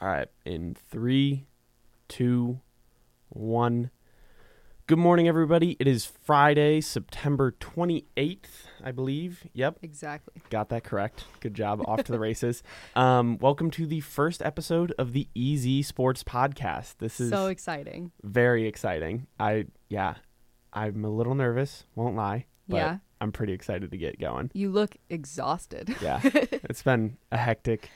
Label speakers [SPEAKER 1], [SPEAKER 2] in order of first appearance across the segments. [SPEAKER 1] All right, in three, two, one. Good morning, everybody. It is Friday, September 28th, I believe. Yep,
[SPEAKER 2] Exactly.
[SPEAKER 1] got that correct. Good job. Off to the races. Um, welcome to the first episode of the Easy Sports Podcast. This is
[SPEAKER 2] So exciting.
[SPEAKER 1] very exciting. I, yeah, I'm a little nervous, won't lie, but
[SPEAKER 2] Yeah.
[SPEAKER 1] I'm pretty excited to get going.
[SPEAKER 2] You look exhausted.
[SPEAKER 1] Yeah, it's been a hectic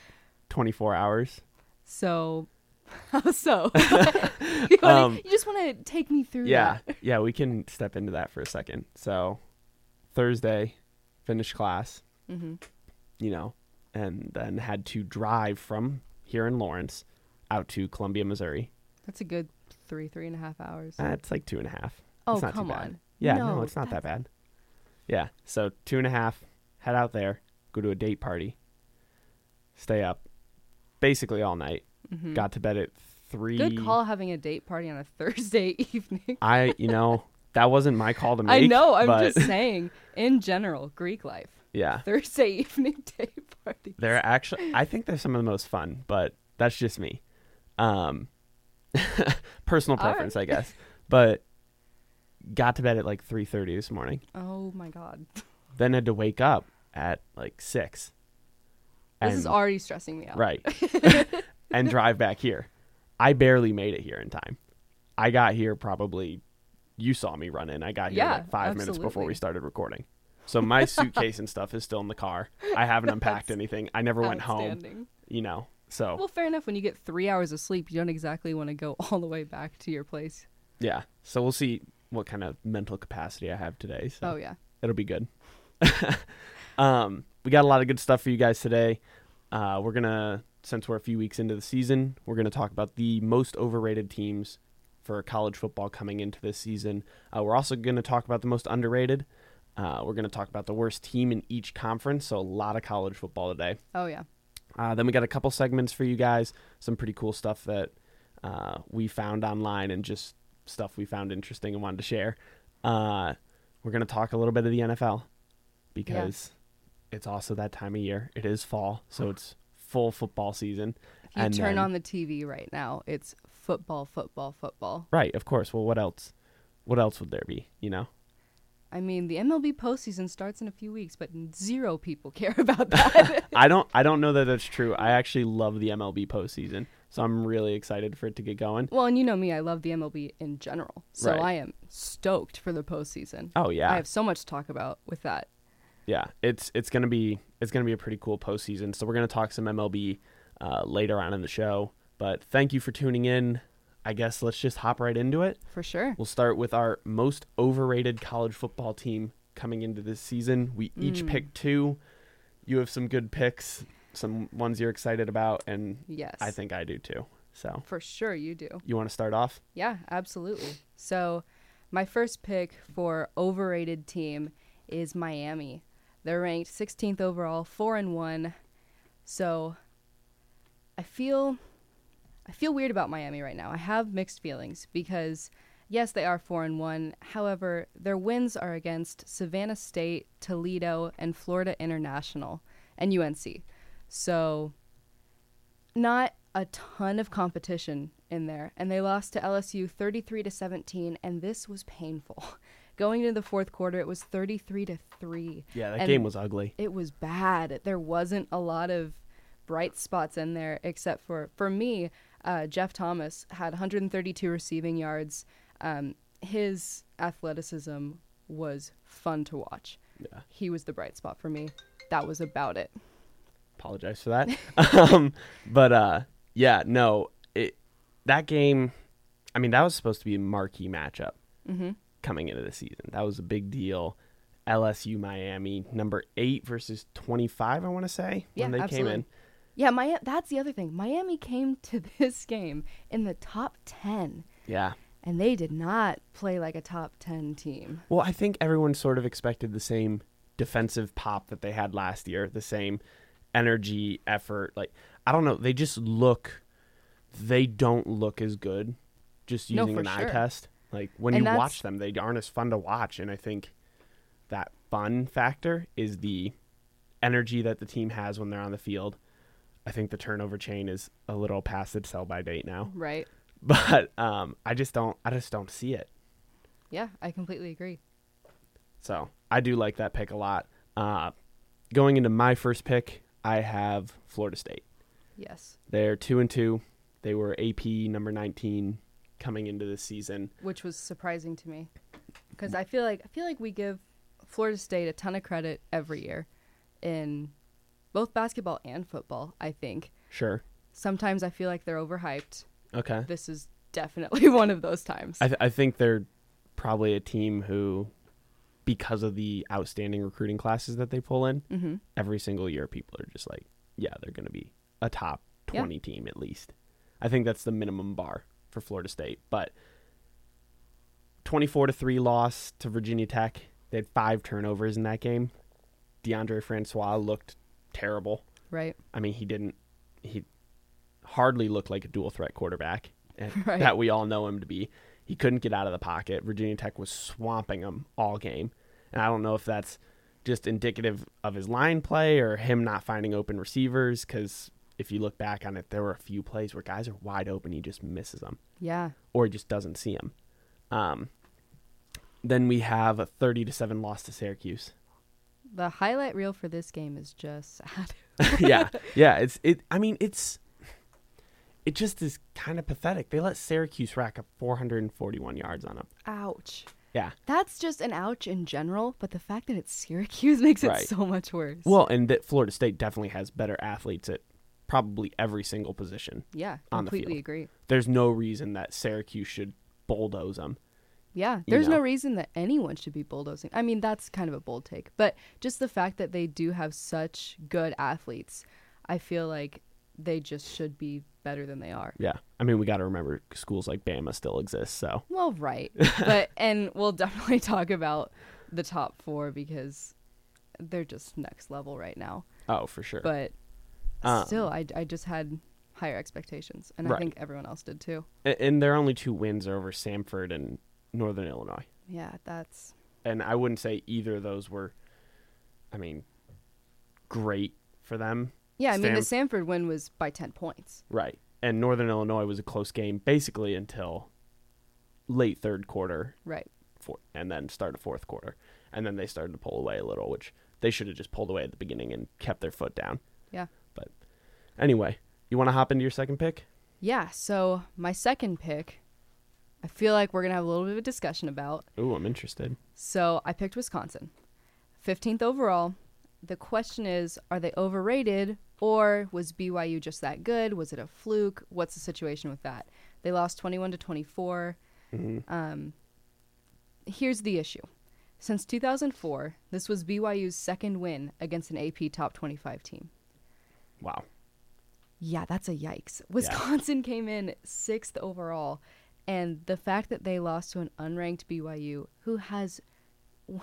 [SPEAKER 1] 24 hours.
[SPEAKER 2] So, so you, wanna-
[SPEAKER 1] Um,
[SPEAKER 2] you just want to take me through
[SPEAKER 1] yeah
[SPEAKER 2] that.
[SPEAKER 1] yeah we can step into that for a second so thursday finished class
[SPEAKER 2] hmm
[SPEAKER 1] you know and then had to drive from here in lawrence out to columbia missouri
[SPEAKER 2] That's a good three, three and a half hours.
[SPEAKER 1] uh, it's like two and a half
[SPEAKER 2] oh,
[SPEAKER 1] it's not too
[SPEAKER 2] come
[SPEAKER 1] bad.
[SPEAKER 2] on.
[SPEAKER 1] yeah no, it's not that bad yeah so two and a half head out there go to a date party stay up basically all night
[SPEAKER 2] hmm
[SPEAKER 1] got to bed at three
[SPEAKER 2] Good call having a date party on a Thursday evening.
[SPEAKER 1] i you know that wasn't my call to make
[SPEAKER 2] I know. I'm
[SPEAKER 1] but
[SPEAKER 2] just saying, in general, Greek life,
[SPEAKER 1] yeah
[SPEAKER 2] Thursday evening date party.
[SPEAKER 1] They're actually I think they're some of the most fun, but that's just me. Um personal
[SPEAKER 2] All right.
[SPEAKER 1] preference, I guess. But got to bed at like 3:30 this morning.
[SPEAKER 2] Oh my God.
[SPEAKER 1] Then had to wake up at like 6.
[SPEAKER 2] This is already stressing me out.
[SPEAKER 1] right. and drive back here. I barely made it here in time. I got here probably you saw me run in. I got here
[SPEAKER 2] Yeah,
[SPEAKER 1] like 5 minutes before we
[SPEAKER 2] absolutely.
[SPEAKER 1] started recording. So my suitcase and stuff is still in the car. I haven't unpacked anything. I never went home,
[SPEAKER 2] Outstanding.
[SPEAKER 1] you know. So
[SPEAKER 2] Well, fair enough. When you get three hours of sleep, you don't exactly want to go all the way back to your place.
[SPEAKER 1] Yeah. So we'll see what kind of mental capacity I have today. So
[SPEAKER 2] Oh, yeah.
[SPEAKER 1] it'll be good. um, we got a lot of good stuff for you guys today. Uh, we're gonna, since we're a few weeks into the season, we're gonna talk about the most overrated teams for college football coming into this season. Uh, we're also gonna talk about the most underrated. Uh, we're gonna talk about the worst team in each conference. So a lot of college football today.
[SPEAKER 2] Oh, yeah.
[SPEAKER 1] Uh, then we got a couple segments for you guys, some pretty cool stuff that uh, we found online and just stuff we found interesting and wanted to share. Uh, we're going to talk a little bit of the NFL because it's also that time of year. It is fall, so it's full football season.
[SPEAKER 2] If you turn
[SPEAKER 1] then-
[SPEAKER 2] on the TV right now, it's football, football, football.
[SPEAKER 1] Right, of course. Well, what else? What else would there be, you know?
[SPEAKER 2] I mean, the MLB postseason starts in a few weeks, but zero people care about that.
[SPEAKER 1] I don't I don't know that that's true. I actually love the MLB postseason, so I'm really excited for it to get going.
[SPEAKER 2] well, and you know me, I love the MLB in general. So
[SPEAKER 1] Right.
[SPEAKER 2] I am stoked for the postseason.
[SPEAKER 1] Oh yeah.
[SPEAKER 2] I have so much to talk about with that.
[SPEAKER 1] yeah, it's it's gonna be it's gonna be a pretty cool postseason. So we're gonna talk some MLB uh, later on in the show. But thank you for tuning in. I guess let's just hop right into it.
[SPEAKER 2] For sure.
[SPEAKER 1] We'll start with our most overrated college football team coming into this season. We each pick two. You have some good picks, some ones you're excited about, and
[SPEAKER 2] Yes.
[SPEAKER 1] I think I do too. So
[SPEAKER 2] For sure you do.
[SPEAKER 1] you want to start off?
[SPEAKER 2] Yeah, absolutely. So, my first pick for overrated team is Miami. They're ranked 16th overall, 4 and 1. So, I feel I feel weird about Miami right now. I have mixed feelings because yes, they are 4 and 1. However, their wins are against Savannah State, Toledo, and Florida International and UNC. So, not a ton of competition in there and they lost to LSU 33 to 17 and this was painful. Going into the fourth quarter it was 33 to 3.
[SPEAKER 1] Yeah, that
[SPEAKER 2] And-
[SPEAKER 1] game was ugly.
[SPEAKER 2] It was bad. There wasn't a lot of bright spots in there except for for me uh, Jeff Thomas had 132 receiving yards. Um, his athleticism was fun to watch.
[SPEAKER 1] Yeah.
[SPEAKER 2] He was the bright spot for me. That was about it.
[SPEAKER 1] apologize for that. um, but uh, yeah, no, it that game. I mean, that was supposed to be a marquee matchup
[SPEAKER 2] Mm-hmm.
[SPEAKER 1] coming into the season. That was a big deal. LSU Miami number eight versus twenty five. I want to say
[SPEAKER 2] Yeah,
[SPEAKER 1] when they
[SPEAKER 2] absolutely.
[SPEAKER 1] came in.
[SPEAKER 2] Yeah, Miami. That's the other thing. Miami came to this game in the top ten,
[SPEAKER 1] Yeah.
[SPEAKER 2] and they did not play like a top ten team.
[SPEAKER 1] Well, I think everyone sort of expected the same defensive pop that they had last year, the same energy, effort. Like I don't know, they just look they don't look as good just
[SPEAKER 2] No,
[SPEAKER 1] using
[SPEAKER 2] for
[SPEAKER 1] an eye
[SPEAKER 2] sure.
[SPEAKER 1] test. Like when
[SPEAKER 2] And
[SPEAKER 1] you
[SPEAKER 2] that's-
[SPEAKER 1] watch them, they aren't as fun to watch and I think that fun factor is the energy that the team has when they're on the field. I think the turnover chain is a little past its sell by date now.
[SPEAKER 2] Right.
[SPEAKER 1] But um, I just don't I just don't see it.
[SPEAKER 2] Yeah, I completely agree.
[SPEAKER 1] So I do like that pick a lot. Uh, going into my first pick, I have Florida State.
[SPEAKER 2] Yes.
[SPEAKER 1] They're two and two. They were AP number nineteen coming into this season.
[SPEAKER 2] Which was surprising to me. Cuz I feel like I feel like we give Florida State a ton of credit every year in both basketball and football, I think.
[SPEAKER 1] Sure.
[SPEAKER 2] Sometimes I feel like they're overhyped.
[SPEAKER 1] Okay.
[SPEAKER 2] This is definitely one of those times.
[SPEAKER 1] I, th- I think they're probably a team who, because of the outstanding recruiting classes that they pull in,
[SPEAKER 2] mm-hmm.
[SPEAKER 1] every single year people are just like, yeah, they're going to be a top
[SPEAKER 2] Yeah.
[SPEAKER 1] 20 team at least. I think that's the minimum bar for Florida State, but 24 to 3 loss to Virginia Tech. They had five turnovers in that game. DeAndre Francois looked terrible.
[SPEAKER 2] Right.
[SPEAKER 1] I mean, he didn't he hardly looked like a dual threat quarterback and
[SPEAKER 2] Right.
[SPEAKER 1] that we all know him to be. He couldn't get out of the pocket. Virginia Tech was swamping him all game. And I don't know if that's just indicative of his line play or him not finding open receivers cuz if you look back on it, there were a few plays where guys are wide open, he just misses them
[SPEAKER 2] Yeah.
[SPEAKER 1] or he just doesn't see them. Um, then we have a 30 to 7 loss to Syracuse.
[SPEAKER 2] The highlight reel for this game is just sad.
[SPEAKER 1] yeah, yeah. It's it. I mean, it's it just is kind of pathetic. They let Syracuse rack up 441 yards on them.
[SPEAKER 2] Ouch.
[SPEAKER 1] Yeah.
[SPEAKER 2] That's just an ouch in general, but the fact that it's Syracuse makes it
[SPEAKER 1] Right.
[SPEAKER 2] so much worse.
[SPEAKER 1] Well, and that Florida State definitely has better athletes at probably every single position.
[SPEAKER 2] yeah,
[SPEAKER 1] on the
[SPEAKER 2] completely
[SPEAKER 1] field.
[SPEAKER 2] agree.
[SPEAKER 1] There's no reason that Syracuse should bulldoze them.
[SPEAKER 2] Yeah, there's
[SPEAKER 1] know.
[SPEAKER 2] no reason that anyone should be bulldozing. I mean, that's kind of a bold take, but just the fact that they do have such good athletes, I feel like they just should be better than they are.
[SPEAKER 1] Yeah. I mean, we got to remember schools like Bama still exist. So
[SPEAKER 2] Well, right. but and we'll definitely talk about the top 4 because they're just next level right now.
[SPEAKER 1] oh, for sure.
[SPEAKER 2] But
[SPEAKER 1] Um,
[SPEAKER 2] still I I just had higher expectations and I
[SPEAKER 1] Right.
[SPEAKER 2] think everyone else did too.
[SPEAKER 1] A- and their only two wins are over Samford and Northern Illinois.
[SPEAKER 2] Yeah, that's
[SPEAKER 1] and I wouldn't say either of those were, I mean, great for them,
[SPEAKER 2] Yeah, I mean the
[SPEAKER 1] Stanf-
[SPEAKER 2] Sanford win was by 10 points.
[SPEAKER 1] right? And Northern Illinois was a close game basically until late third quarter,
[SPEAKER 2] Right.
[SPEAKER 1] four, and then start of fourth quarter, and then they started to pull away a little, which they should have just pulled away at the beginning and kept their foot down.
[SPEAKER 2] Yeah.
[SPEAKER 1] But anyway, you want to hop into your second pick?
[SPEAKER 2] Yeah, so my second pick, I feel like we're going to have a little bit of a discussion about.
[SPEAKER 1] Ooh, I'm interested.
[SPEAKER 2] So I picked Wisconsin. 15th overall. The question is are they overrated or was BYU just that good? Was it a fluke? What's the situation with that? They lost 21 to 24. Um, here's the issue. Since 2004, this was BYU's second win against an AP top 25 team.
[SPEAKER 1] Wow.
[SPEAKER 2] Yeah, that's a yikes. Wisconsin came in sixth overall, and the fact that they lost to an unranked BYU who has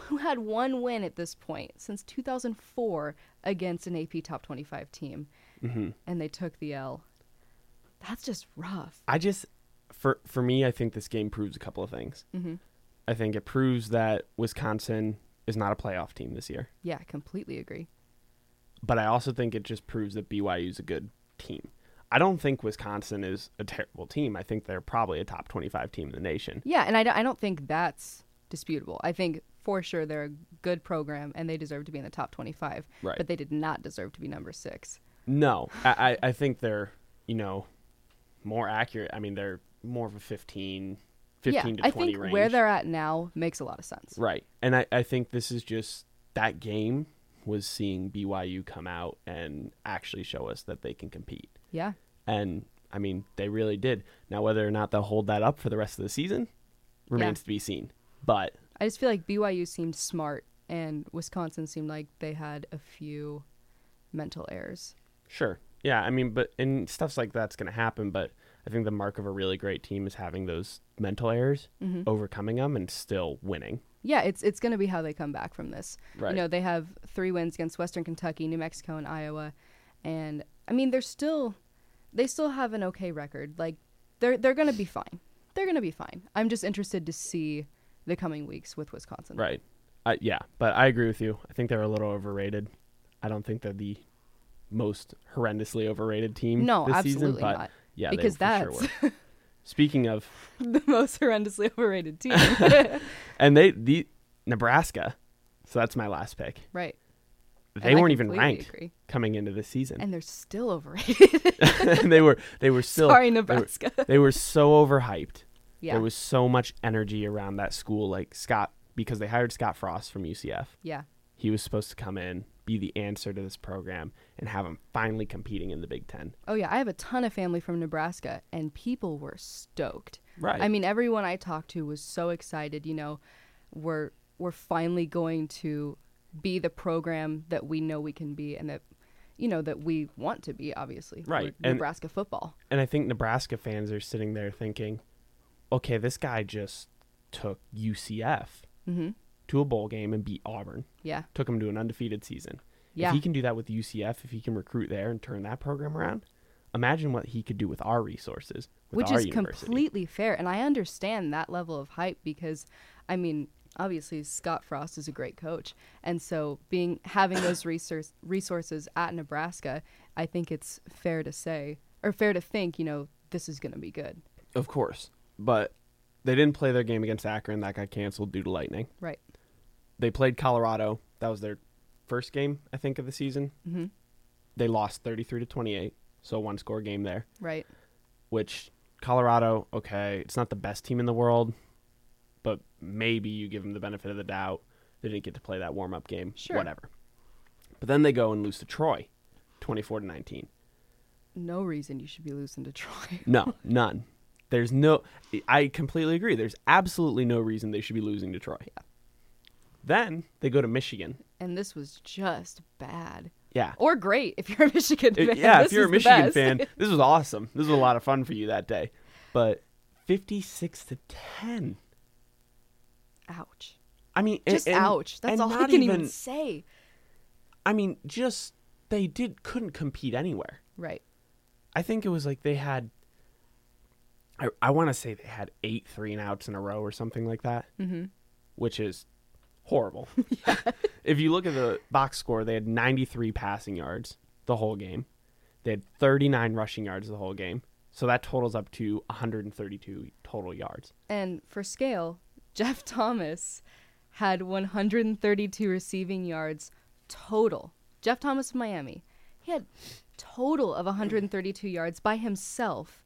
[SPEAKER 2] who had one win at this point since 2004 against an AP top 25 team, and they took the L. That's just rough.
[SPEAKER 1] I just for for me, I think this game proves a couple of things. Mm-hmm. I think it proves that Wisconsin is not a playoff team this year,
[SPEAKER 2] Yeah, I completely agree.
[SPEAKER 1] but I also think it just proves that BYU is a good team. I don't think Wisconsin is a terrible team. I think they're probably a top twenty-five team in the nation.
[SPEAKER 2] Yeah, and I, don't- I don't think that's disputable. I think for sure they're a good program and they deserve to be in the top 25,
[SPEAKER 1] Right.
[SPEAKER 2] but they did not deserve to be number six.
[SPEAKER 1] No, I I I think they're you know more accurate. I mean, they're more of a 15, 15
[SPEAKER 2] yeah,
[SPEAKER 1] to
[SPEAKER 2] I
[SPEAKER 1] twenty
[SPEAKER 2] think
[SPEAKER 1] range.
[SPEAKER 2] where they're at now makes a lot of sense.
[SPEAKER 1] Right. And I, I think this is just that game was seeing BYU come out and actually show us that they can compete.
[SPEAKER 2] Yeah.
[SPEAKER 1] And I mean, they really did. Now, whether or not they'll hold that up for the rest of the season remains
[SPEAKER 2] Yeah.
[SPEAKER 1] to be seen. But
[SPEAKER 2] I just feel like BYU seemed smart and Wisconsin seemed like they had a few mental errors.
[SPEAKER 1] sure. Yeah. I mean, but and stuff's like that's going to happen. But I think the mark of a really great team is having those mental errors,
[SPEAKER 2] Mm-hmm.
[SPEAKER 1] overcoming them, and still winning.
[SPEAKER 2] Yeah, it's it's going to be how they come back from this.
[SPEAKER 1] Right.
[SPEAKER 2] You know, they have three wins against Western Kentucky, New Mexico, and Iowa, and I mean they're still they still have an okay record. Like they're they're going to be fine. They're going to be fine. I'm just interested to see the coming weeks with Wisconsin.
[SPEAKER 1] Right. Uh, yeah. But I agree with you. I think they're a little overrated. I don't think they're the most horrendously overrated team.
[SPEAKER 2] No,
[SPEAKER 1] this
[SPEAKER 2] absolutely
[SPEAKER 1] season, but
[SPEAKER 2] not.
[SPEAKER 1] Yeah,
[SPEAKER 2] because
[SPEAKER 1] they for
[SPEAKER 2] that's
[SPEAKER 1] sure were. Speaking of,
[SPEAKER 2] the most horrendously overrated team.
[SPEAKER 1] and they the Nebraska, so that's my last pick.
[SPEAKER 2] right. And
[SPEAKER 1] They
[SPEAKER 2] I
[SPEAKER 1] weren't even
[SPEAKER 2] completely
[SPEAKER 1] ranked
[SPEAKER 2] agree.
[SPEAKER 1] coming into the season,
[SPEAKER 2] And they're still overrated.
[SPEAKER 1] and they were they were still
[SPEAKER 2] Sorry,
[SPEAKER 1] they were,
[SPEAKER 2] Nebraska.
[SPEAKER 1] they were so overhyped.
[SPEAKER 2] yeah.
[SPEAKER 1] There was so much energy around that school, like Scott, because they hired Scott Frost from UCF.
[SPEAKER 2] yeah.
[SPEAKER 1] He was supposed to come in, be the answer to this program, and have them finally competing in the Big Ten.
[SPEAKER 2] Oh yeah, I have a ton of family from Nebraska and people were stoked.
[SPEAKER 1] Right.
[SPEAKER 2] I mean, everyone I talked to was so excited, you know, we're we're finally going to be the program that we know we can be and that you know that we want to be obviously.
[SPEAKER 1] Right,
[SPEAKER 2] We're
[SPEAKER 1] and-
[SPEAKER 2] Nebraska football.
[SPEAKER 1] And I think Nebraska fans are sitting there thinking, okay, this guy just took UCF
[SPEAKER 2] Mhm.
[SPEAKER 1] to a bowl game and beat Auburn,
[SPEAKER 2] Yeah.
[SPEAKER 1] took him to an undefeated season.
[SPEAKER 2] Yeah.
[SPEAKER 1] If he can do that with UCF, if he can recruit there and turn that program around, imagine what he could do with our resources, with
[SPEAKER 2] which
[SPEAKER 1] our
[SPEAKER 2] is
[SPEAKER 1] university.
[SPEAKER 2] completely fair and i understand that level of hype because i mean obviously scott frost is a great coach and so being having those resource, resources at nebraska i think it's fair to say or fair to think you know this is going to be good
[SPEAKER 1] Of course. But they didn't play their game against Akron. That got canceled due to lightning.
[SPEAKER 2] right
[SPEAKER 1] They played Colorado. That was their first game, I think, of the season. Mm-hmm. They lost 33 to 28, so one score game there,
[SPEAKER 2] right
[SPEAKER 1] which Colorado, okay, it's not the best team in the world, but maybe you give them the benefit of the doubt. They didn't get to play that warm up game,
[SPEAKER 2] Sure.
[SPEAKER 1] whatever. But then they go and lose to Troy 24 to 19.
[SPEAKER 2] no reason you should be losing to troy
[SPEAKER 1] No, none. There's no. I completely agree. There's absolutely no reason they should be losing to Troy. Then they go to Michigan.
[SPEAKER 2] and this was just bad
[SPEAKER 1] Yeah.
[SPEAKER 2] or great if you're a michigan fan
[SPEAKER 1] It- Uh, yeah,
[SPEAKER 2] Oh, This
[SPEAKER 1] if you're a
[SPEAKER 2] is the
[SPEAKER 1] Michigan
[SPEAKER 2] best.
[SPEAKER 1] fan, this was awesome. This was a lot of fun for you that day. But 56 to 10.
[SPEAKER 2] ouch
[SPEAKER 1] I mean, and-
[SPEAKER 2] just
[SPEAKER 1] and-
[SPEAKER 2] ouch that's
[SPEAKER 1] and
[SPEAKER 2] all i
[SPEAKER 1] not
[SPEAKER 2] can even say
[SPEAKER 1] I mean, just they did couldn't compete anywhere.
[SPEAKER 2] right
[SPEAKER 1] I think it was like they had. I, I want to say they had eight three and outs in a row or something like that, mm-hmm. which is horrible. if you look at the box score, they had 93 passing yards the whole game. They had 39 rushing yards the whole game. So that totals up to 132 total yards.
[SPEAKER 2] And for scale, Jeff Thomas had 132 receiving yards total. Jeff Thomas of Miami. He had total of 132 yards by himself.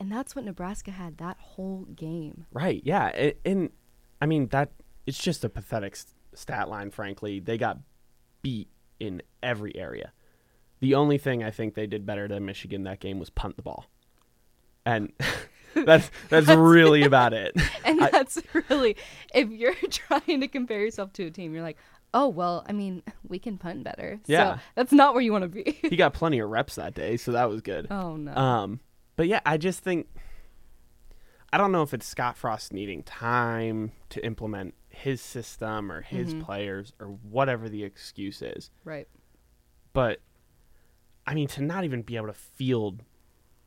[SPEAKER 2] And that's what Nebraska had that whole game.
[SPEAKER 1] Right. Yeah. And, and I mean that it's just a pathetic s- stat line. Frankly, they got beat in every area. The only thing I think they did better than Michigan that game was punt the ball, and that's that's really about it.
[SPEAKER 2] And that's really if you're trying to compare yourself to a team, you're like, "Oh, well, I mean, we can punt better."
[SPEAKER 1] Yeah.
[SPEAKER 2] So that's not where you want to be.
[SPEAKER 1] He got plenty of reps that day, so that was good.
[SPEAKER 2] oh no.
[SPEAKER 1] Um, but yeah, I just think I don't know if it's Scott Frost needing time to implement his system or his players or whatever the excuse is.
[SPEAKER 2] right.
[SPEAKER 1] but I mean to not even be able to field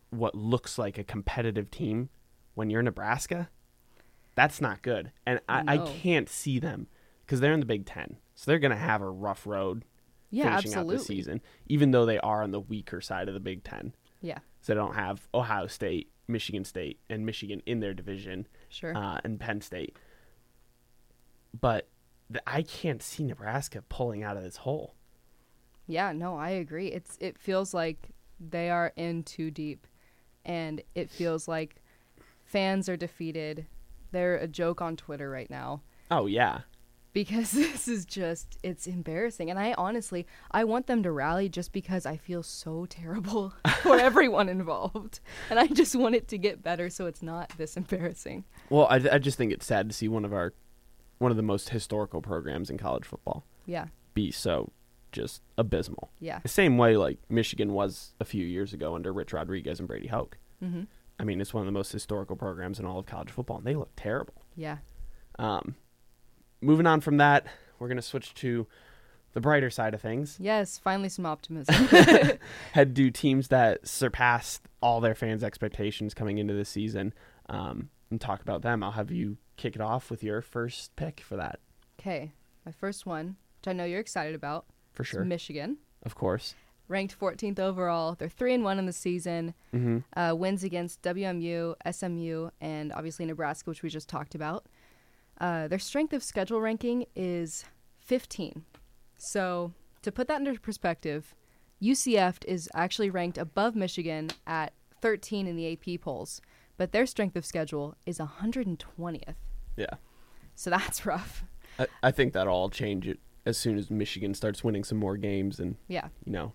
[SPEAKER 1] what looks like a competitive team when you're Nebraska, that's not good. And I, I
[SPEAKER 2] No.
[SPEAKER 1] can't see them because they're in the Big Ten, so they're going to have a rough road
[SPEAKER 2] Yeah,
[SPEAKER 1] finishing
[SPEAKER 2] absolutely.
[SPEAKER 1] out the season, even though they are on the weaker side of the Big Ten.
[SPEAKER 2] Yeah.
[SPEAKER 1] So they don't have Ohio State, Michigan State, and Michigan in their division,
[SPEAKER 2] Sure.
[SPEAKER 1] uh, and Penn State. But the, I can't see Nebraska pulling out of this hole.
[SPEAKER 2] Yeah, no, I agree. It's it feels like they are in too deep and it feels like fans are defeated. They're a joke on Twitter right now
[SPEAKER 1] Oh yeah,
[SPEAKER 2] because this is just it's embarrassing and I honestly I want them to rally just because I feel so terrible for everyone involved and I just want it to get better so it's not this embarrassing.
[SPEAKER 1] Well, I, I just think it's sad to see one of our one of the most historical programs in college football
[SPEAKER 2] Yeah.
[SPEAKER 1] be so just abysmal.
[SPEAKER 2] Yeah.
[SPEAKER 1] The same way like Michigan was a few years ago under Rich Rodriguez and Brady Hoke.
[SPEAKER 2] Mhm.
[SPEAKER 1] I mean, it's one of the most historical programs in all of college football, and they look terrible.
[SPEAKER 2] Yeah.
[SPEAKER 1] Um, moving on from that, we're gonna switch to the brighter side of things.
[SPEAKER 2] Yes, finally some optimism.
[SPEAKER 1] Head to teams that surpassed all their fans' expectations coming into this season, um, and talk about them. I'll have you kick it off with your first pick for that,
[SPEAKER 2] okay. My first one, which I know you're excited about,
[SPEAKER 1] for
[SPEAKER 2] is
[SPEAKER 1] sure.
[SPEAKER 2] Michigan.
[SPEAKER 1] Of course.
[SPEAKER 2] ranked 14th overall. They're three and one in the season.
[SPEAKER 1] Mm-hmm.
[SPEAKER 2] Uh, wins against WMU, SMU, and obviously Nebraska, which we just talked about. Uh, their strength of schedule ranking is 15. So to put that into perspective, UCF is actually ranked above Michigan at 13 in the AP polls, but their strength of schedule is 120th.
[SPEAKER 1] Yeah.
[SPEAKER 2] So that's rough.
[SPEAKER 1] I, I think that'll all change it as soon as Michigan starts winning some more games and,
[SPEAKER 2] Yeah.
[SPEAKER 1] you know,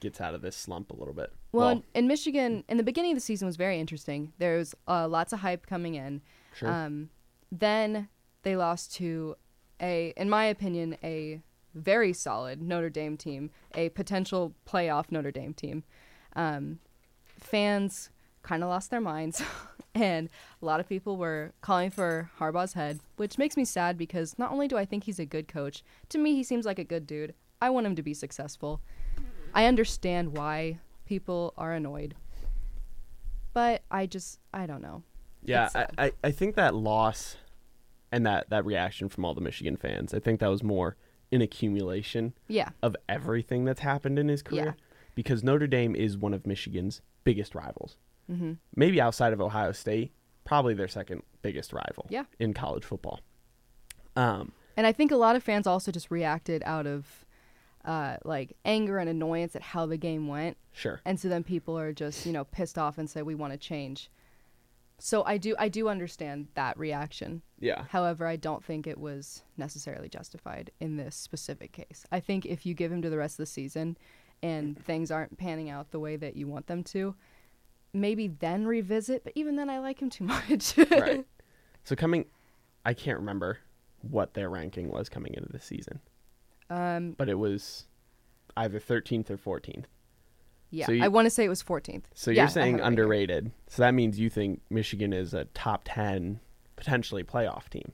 [SPEAKER 1] gets out of this slump a little bit.
[SPEAKER 2] Well, in, in Michigan, in the beginning of the season was very interesting. There was uh, lots of hype coming in.
[SPEAKER 1] sure.
[SPEAKER 2] Um, then they lost to a, in my opinion, a very solid Notre Dame team, a potential playoff Notre Dame team. Um, fans kind of lost their minds, and a lot of people were calling for Harbaugh's head, which makes me sad because not only do I think he's a good coach, to me he seems like a good dude. I want him to be successful. I understand why people are annoyed, but I just I don't know.
[SPEAKER 1] Yeah,
[SPEAKER 2] It's
[SPEAKER 1] I,
[SPEAKER 2] sad.
[SPEAKER 1] I, I think that loss and that, that reaction from all the Michigan fans, I think that was more an accumulation
[SPEAKER 2] Yeah,
[SPEAKER 1] of everything that's happened in his career
[SPEAKER 2] Yeah.
[SPEAKER 1] because Notre Dame is one of Michigan's biggest rivals.
[SPEAKER 2] Mhm.
[SPEAKER 1] Maybe outside of Ohio State, probably their second biggest rival
[SPEAKER 2] Yeah.
[SPEAKER 1] in college football. Um,
[SPEAKER 2] And I think a lot of fans also just reacted out of uh, like anger and annoyance at how the game went.
[SPEAKER 1] sure.
[SPEAKER 2] And so then people are just, you know, pissed off and say we want to change. So I do I do understand that reaction.
[SPEAKER 1] Yeah.
[SPEAKER 2] However, I don't think it was necessarily justified in this specific case. I think if you give him to the rest of the season and things aren't panning out the way that you want them to, maybe then revisit, but even then I like him too much.
[SPEAKER 1] right. So coming, I can't remember what their ranking was coming into the season,
[SPEAKER 2] um
[SPEAKER 1] but it was either 13th or 14th.
[SPEAKER 2] yeah,
[SPEAKER 1] So you-
[SPEAKER 2] I want to say it was 14th.
[SPEAKER 1] So
[SPEAKER 2] Yeah, I
[SPEAKER 1] you're saying
[SPEAKER 2] have it right here.
[SPEAKER 1] underrated. So that means you think Michigan is a top 10 potentially playoff team,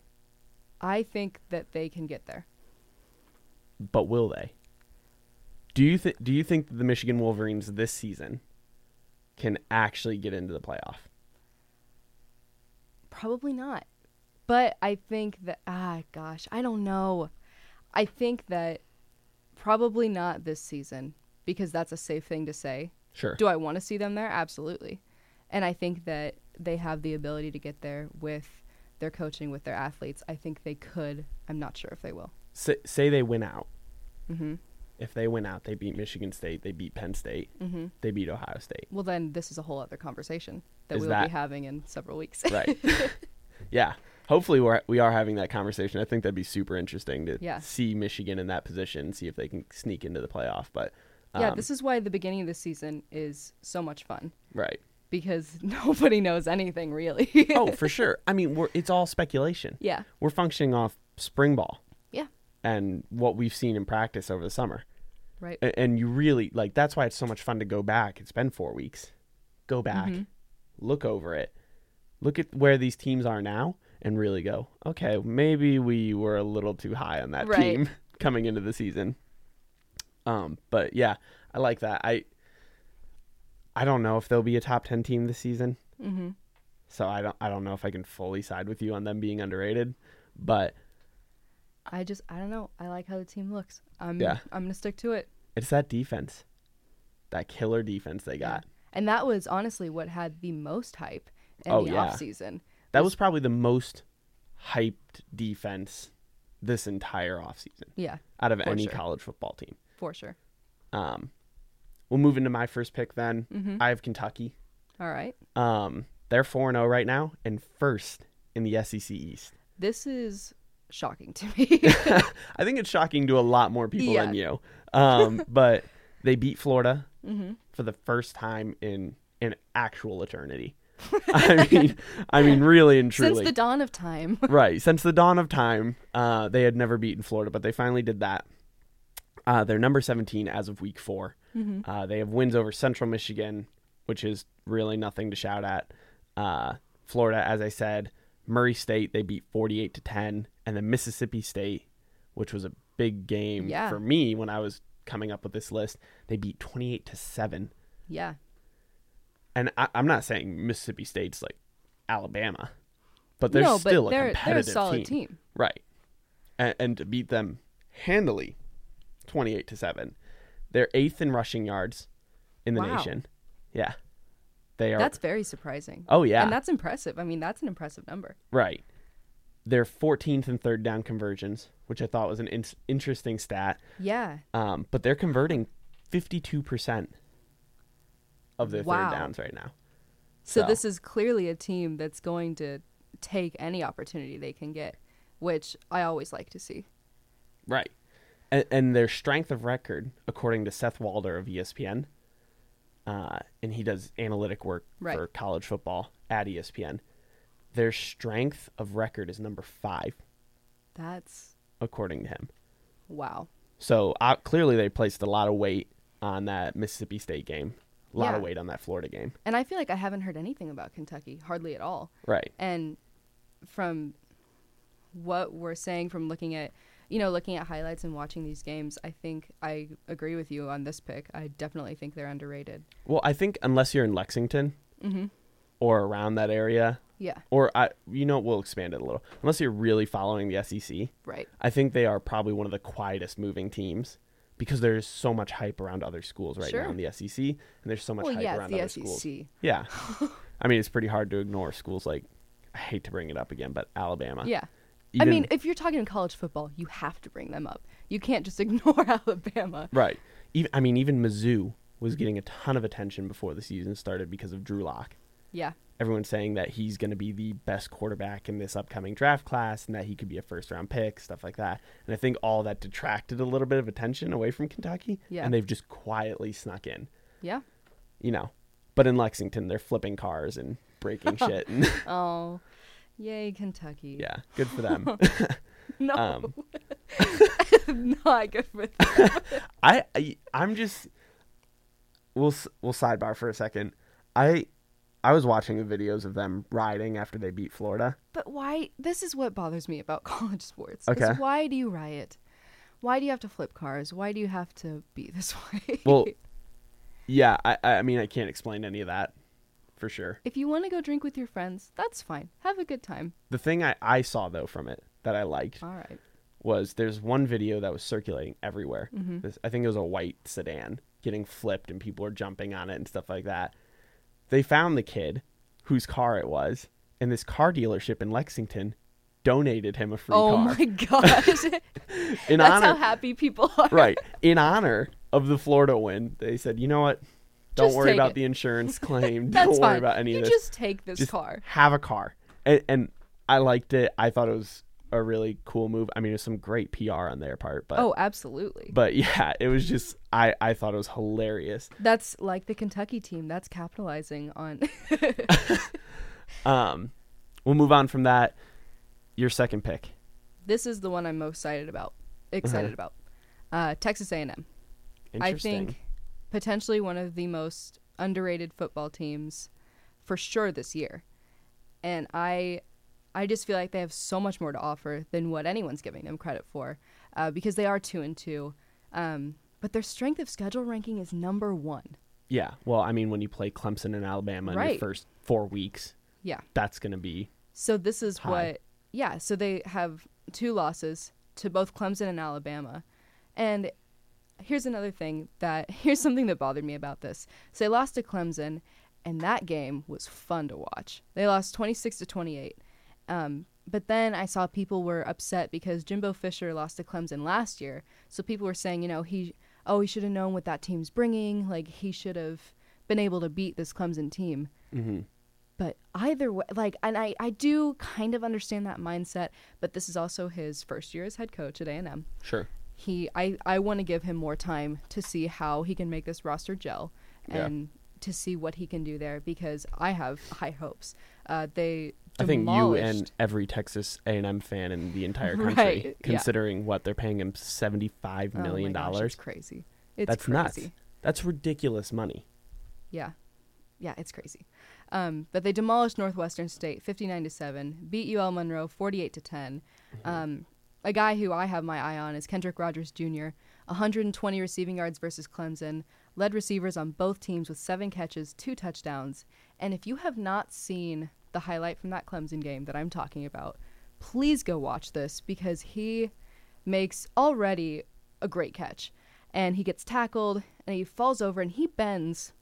[SPEAKER 2] I think that they can get there.
[SPEAKER 1] but will they? Do you think do you think the Michigan Wolverines this season can actually get into the playoff?
[SPEAKER 2] Probably not. But I think that ah gosh, I don't know. I think that probably not this season because that's a safe thing to say.
[SPEAKER 1] Sure.
[SPEAKER 2] Do I want to see them there? Absolutely. And I think that they have the ability to get there with their coaching with their athletes. I think they could. I'm not sure if they will.
[SPEAKER 1] Say, say they win out. Mm-hmm.
[SPEAKER 2] Mhm.
[SPEAKER 1] If they win out, they beat Michigan State, they beat Penn State,
[SPEAKER 2] Mhm.
[SPEAKER 1] they beat Ohio State.
[SPEAKER 2] Well, then this is a whole other conversation that
[SPEAKER 1] Is
[SPEAKER 2] we will
[SPEAKER 1] that-
[SPEAKER 2] be having in several weeks.
[SPEAKER 1] Right. yeah. Hopefully we're we are having that conversation. I think that'd be super interesting to
[SPEAKER 2] Yeah.
[SPEAKER 1] see Michigan in that position, see if they can sneak into the playoff. But
[SPEAKER 2] yeah,
[SPEAKER 1] um,
[SPEAKER 2] this is why the beginning of the season is so much fun.
[SPEAKER 1] right.
[SPEAKER 2] because nobody knows anything really.
[SPEAKER 1] Oh, for sure. I mean, we're it's all speculation.
[SPEAKER 2] yeah,
[SPEAKER 1] We're functioning off spring ball
[SPEAKER 2] yeah,
[SPEAKER 1] and what we've seen in practice over the summer.
[SPEAKER 2] right.
[SPEAKER 1] A- And you really like that's why it's so much fun to go back. It's been 4 weeks. Go back. Look over it. Look at where these teams are now and really go, "Okay, maybe we were a little too high on that
[SPEAKER 2] Right.
[SPEAKER 1] team coming into the season." Um, but yeah, I like that. I I don't know if they'll be a top 10 team this season.
[SPEAKER 2] hmm
[SPEAKER 1] So I don't I don't know if I can fully side with you on them being underrated, but
[SPEAKER 2] I just I don't know. I like how the team looks. I'm
[SPEAKER 1] Yeah.
[SPEAKER 2] I'm gonna stick to it.
[SPEAKER 1] it's that defense. That killer defense they got.
[SPEAKER 2] And that was honestly what had the most hype in
[SPEAKER 1] Oh,
[SPEAKER 2] the
[SPEAKER 1] yeah.
[SPEAKER 2] off season.
[SPEAKER 1] That was probably the most hyped defense this entire offseason
[SPEAKER 2] Yeah,
[SPEAKER 1] out of
[SPEAKER 2] For
[SPEAKER 1] any
[SPEAKER 2] sure.
[SPEAKER 1] college football team.
[SPEAKER 2] for sure.
[SPEAKER 1] Um we'll move into my first pick then.
[SPEAKER 2] Mm-hmm.
[SPEAKER 1] I have Kentucky.
[SPEAKER 2] All right.
[SPEAKER 1] Um they're 4 0 right now and first in the SEC East.
[SPEAKER 2] This is shocking to me.
[SPEAKER 1] I think it's shocking to a lot more people than
[SPEAKER 2] Yeah.
[SPEAKER 1] you. Um, but they beat Florida
[SPEAKER 2] Mm-hmm.
[SPEAKER 1] for the first time in an actual eternity. I mean, I mean, really and
[SPEAKER 2] Since
[SPEAKER 1] truly,
[SPEAKER 2] the dawn of time.
[SPEAKER 1] right? Since the dawn of time, uh, they had never beaten Florida, but they finally did that. Uh, they're number 17 as of week 4
[SPEAKER 2] Mm-hmm.
[SPEAKER 1] Uh, they have wins over Central Michigan, which is really nothing to shout at. Uh, Florida, as I said, Murray State they beat 48 to 10, and then Mississippi State, which was a big game
[SPEAKER 2] Yeah.
[SPEAKER 1] for me when I was coming up with this list, they beat 28 to seven.
[SPEAKER 2] yeah.
[SPEAKER 1] And I, I'm not saying Mississippi State's like Alabama, but they're
[SPEAKER 2] no,
[SPEAKER 1] still
[SPEAKER 2] but
[SPEAKER 1] a
[SPEAKER 2] they're they're a
[SPEAKER 1] competitive
[SPEAKER 2] solid team.
[SPEAKER 1] Right. And, and to beat them handily, 28 to 7, They're eighth in rushing yards in the
[SPEAKER 2] Wow.
[SPEAKER 1] nation. Yeah, they are.
[SPEAKER 2] That's very surprising.
[SPEAKER 1] oh yeah,
[SPEAKER 2] And that's impressive. I mean, that's an impressive number.
[SPEAKER 1] Right. They're 14th and third down conversions, which I thought was an in- interesting stat.
[SPEAKER 2] Yeah.
[SPEAKER 1] Um, but they're converting 52% of their
[SPEAKER 2] Wow.
[SPEAKER 1] third downs right now.
[SPEAKER 2] So,
[SPEAKER 1] So.
[SPEAKER 2] this is clearly a team that's going to take any opportunity they can get, which I always like to see.
[SPEAKER 1] Right. And, and their strength of record, according to Seth Walder of E ESPN, uh, and he does analytic work
[SPEAKER 2] Right.
[SPEAKER 1] for college football at E ESPN, their strength of record is number five,
[SPEAKER 2] That's
[SPEAKER 1] according to him.
[SPEAKER 2] wow.
[SPEAKER 1] So uh, clearly they placed a lot of weight on that Mississippi State game, a lot of
[SPEAKER 2] Yeah.
[SPEAKER 1] weight on that Florida game.
[SPEAKER 2] And I feel like I haven't heard anything about Kentucky, hardly at all.
[SPEAKER 1] Right.
[SPEAKER 2] And from what we're saying, from looking at, you know, looking at highlights and watching these games, I think I agree with you on this pick. I definitely think they're underrated.
[SPEAKER 1] Well, I think unless you're in Lexington
[SPEAKER 2] Mhm.
[SPEAKER 1] or around that area,
[SPEAKER 2] Yeah,
[SPEAKER 1] or I, you know, we'll expand it a little. Unless you're really following the E SEC,
[SPEAKER 2] right.
[SPEAKER 1] I think they are probably one of the quietest moving teams because there's so much hype around other schools right
[SPEAKER 2] Sure.
[SPEAKER 1] now in the SEC, and there's so much
[SPEAKER 2] Well,
[SPEAKER 1] hype
[SPEAKER 2] yeah,
[SPEAKER 1] around other
[SPEAKER 2] it's the E
[SPEAKER 1] schools.
[SPEAKER 2] SEC.
[SPEAKER 1] Yeah, I mean, it's pretty hard to ignore schools like I hate to bring it up again, but Alabama.
[SPEAKER 2] Yeah. I
[SPEAKER 1] Even-
[SPEAKER 2] mean, if you're talking college football, you have to bring them up. You can't just ignore Alabama.
[SPEAKER 1] right. Even, I mean, even Mizzou was getting a ton of attention before the season started because of Drew Lock.
[SPEAKER 2] Yeah.
[SPEAKER 1] everyone's saying that he's going to be the best quarterback in this upcoming draft class and that he could be a first round pick, stuff like that. And I think all that detracted a little bit of attention away from Kentucky.
[SPEAKER 2] Yeah.
[SPEAKER 1] And they've just quietly snuck in,
[SPEAKER 2] Yeah.
[SPEAKER 1] you know. But in Lexington, they're flipping cars and breaking shit. And
[SPEAKER 2] Oh, yay, Kentucky.
[SPEAKER 1] yeah, good for them.
[SPEAKER 2] No.
[SPEAKER 1] Um,
[SPEAKER 2] Not good for them.
[SPEAKER 1] I, I I'm just we'll s- we'll sidebar for a second. I I was watching the videos of them riding after they beat Florida.
[SPEAKER 2] But why? This is what bothers me about college sports. is
[SPEAKER 1] Okay.
[SPEAKER 2] Why do you riot? Why do you have to flip cars? Why do you have to be this way?
[SPEAKER 1] Well, yeah, I I mean I can't explain any of that for sure.
[SPEAKER 2] if you want to go drink with your friends, that's fine. Have a good time.
[SPEAKER 1] The thing I, I saw though from it that I liked
[SPEAKER 2] All right.
[SPEAKER 1] was there's one video that was circulating everywhere.
[SPEAKER 2] Mm-hmm.
[SPEAKER 1] This, I think it was a white sedan getting flipped and people were jumping on it and stuff like that. They found the kid whose car it was, and this car dealership in Lexington donated him a free
[SPEAKER 2] oh
[SPEAKER 1] car
[SPEAKER 2] my gosh.
[SPEAKER 1] in
[SPEAKER 2] that's how
[SPEAKER 1] honor
[SPEAKER 2] happy people are.
[SPEAKER 1] right in honor of the Florida win. They said, you know what? Don't
[SPEAKER 2] Just
[SPEAKER 1] worry
[SPEAKER 2] take
[SPEAKER 1] about
[SPEAKER 2] it."
[SPEAKER 1] the insurance claim.
[SPEAKER 2] That's
[SPEAKER 1] Don't worry
[SPEAKER 2] fine.
[SPEAKER 1] about any
[SPEAKER 2] you
[SPEAKER 1] of this.
[SPEAKER 2] just take this
[SPEAKER 1] just
[SPEAKER 2] car.
[SPEAKER 1] have a car. And, and I liked it. I thought it was a really cool move. I mean, it was some great PR on their part, but
[SPEAKER 2] Oh, absolutely.
[SPEAKER 1] but yeah, it was just I I thought it was hilarious.
[SPEAKER 2] That's like the Kentucky team. That's capitalizing on.
[SPEAKER 1] Um, we'll move on from that. Your second pick,
[SPEAKER 2] this is the one I'm most excited about.
[SPEAKER 1] Uh-huh.
[SPEAKER 2] Excited about. Uh, Texas A&M. I
[SPEAKER 1] interesting.
[SPEAKER 2] think potentially one of the most underrated football teams for sure this year. And I I just feel like they have so much more to offer than what anyone's giving them credit for uh, because they are 2 and 2. Um, but their strength of schedule ranking is number 1.
[SPEAKER 1] yeah. Well, I mean, when you play Clemson and Alabama in
[SPEAKER 2] Right.
[SPEAKER 1] your first four weeks,
[SPEAKER 2] Yeah.
[SPEAKER 1] that's gonna be
[SPEAKER 2] So this is
[SPEAKER 1] High.
[SPEAKER 2] what yeah, so they have two losses to both Clemson and Alabama. And here's another thing that here's something that bothered me about this. So they lost to Clemson and that game was fun to watch. They lost 26 to 28. Um but then I saw people were upset because Jimbo Fisher lost to Clemson last year. So people were saying, you know, he oh, he should have known what that team's bringing, like he should have been able to beat this Clemson team but either way like and I, I do kind of understand that mindset but this is also his first year as head coach at a&m
[SPEAKER 1] sure.
[SPEAKER 2] he i, I want to give him more time to see how he can make this roster gel
[SPEAKER 1] Yeah.
[SPEAKER 2] and to see what he can do there because i have high hopes uh, they
[SPEAKER 1] I think you
[SPEAKER 2] demolished
[SPEAKER 1] and every Texas A and M fan in the entire
[SPEAKER 2] Right,
[SPEAKER 1] country,
[SPEAKER 2] yeah.
[SPEAKER 1] considering what they're paying him seventy five
[SPEAKER 2] Oh my
[SPEAKER 1] million
[SPEAKER 2] gosh,
[SPEAKER 1] dollars.
[SPEAKER 2] it's crazy it's
[SPEAKER 1] That's
[SPEAKER 2] crazy
[SPEAKER 1] nuts. That's ridiculous money.
[SPEAKER 2] Yeah. Yeah, it's crazy. Um, but they demolished Northwestern State 59 to 7, beat UL Monroe 48 to 10. Um, a guy who I have my eye on is Kendrick Rogers Jr., 120 receiving yards versus Clemson, led receivers on both teams with seven catches, two touchdowns. And if you have not seen the highlight from that Clemson game that I'm talking about, please go watch this because he makes already a great catch. and he gets tackled and he falls over and he bends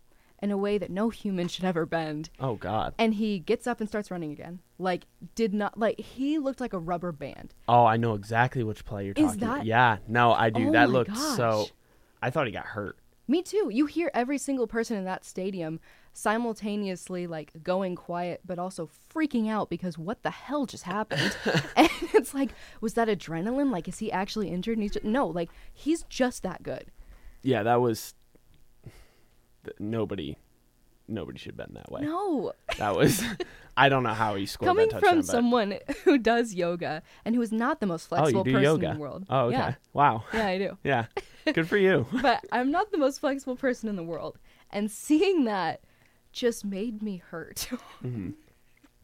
[SPEAKER 2] in a way that no human should ever bend.
[SPEAKER 1] Oh God.
[SPEAKER 2] And he gets up and starts running again. Like did not like he looked like a rubber band.
[SPEAKER 1] Oh, I know exactly which play you're
[SPEAKER 2] Is
[SPEAKER 1] talking about.
[SPEAKER 2] that-
[SPEAKER 1] Yeah, no, I do.
[SPEAKER 2] Oh
[SPEAKER 1] that
[SPEAKER 2] my
[SPEAKER 1] looked so.
[SPEAKER 2] gosh.
[SPEAKER 1] I thought he got hurt.
[SPEAKER 2] Me too. You hear every single person in that stadium simultaneously like going quiet but also freaking out because what the hell just happened? and it's like was that adrenaline? Like is he actually injured? And he's just, no, like he's just that good.
[SPEAKER 1] Yeah, that was. th- Nobody, nobody should bend that way.
[SPEAKER 2] No.
[SPEAKER 1] That was. I don't know how he scored
[SPEAKER 2] Coming
[SPEAKER 1] that
[SPEAKER 2] from
[SPEAKER 1] touchdown.
[SPEAKER 2] someone who does yoga and who is not the most
[SPEAKER 1] but... Oh,
[SPEAKER 2] flexible
[SPEAKER 1] you do
[SPEAKER 2] person
[SPEAKER 1] yoga.
[SPEAKER 2] in the world.
[SPEAKER 1] Oh, okay.
[SPEAKER 2] Yeah.
[SPEAKER 1] Wow.
[SPEAKER 2] Yeah, I do.
[SPEAKER 1] Yeah. Good for you.
[SPEAKER 2] but I'm not the most flexible person in the world. And seeing that just made me hurt.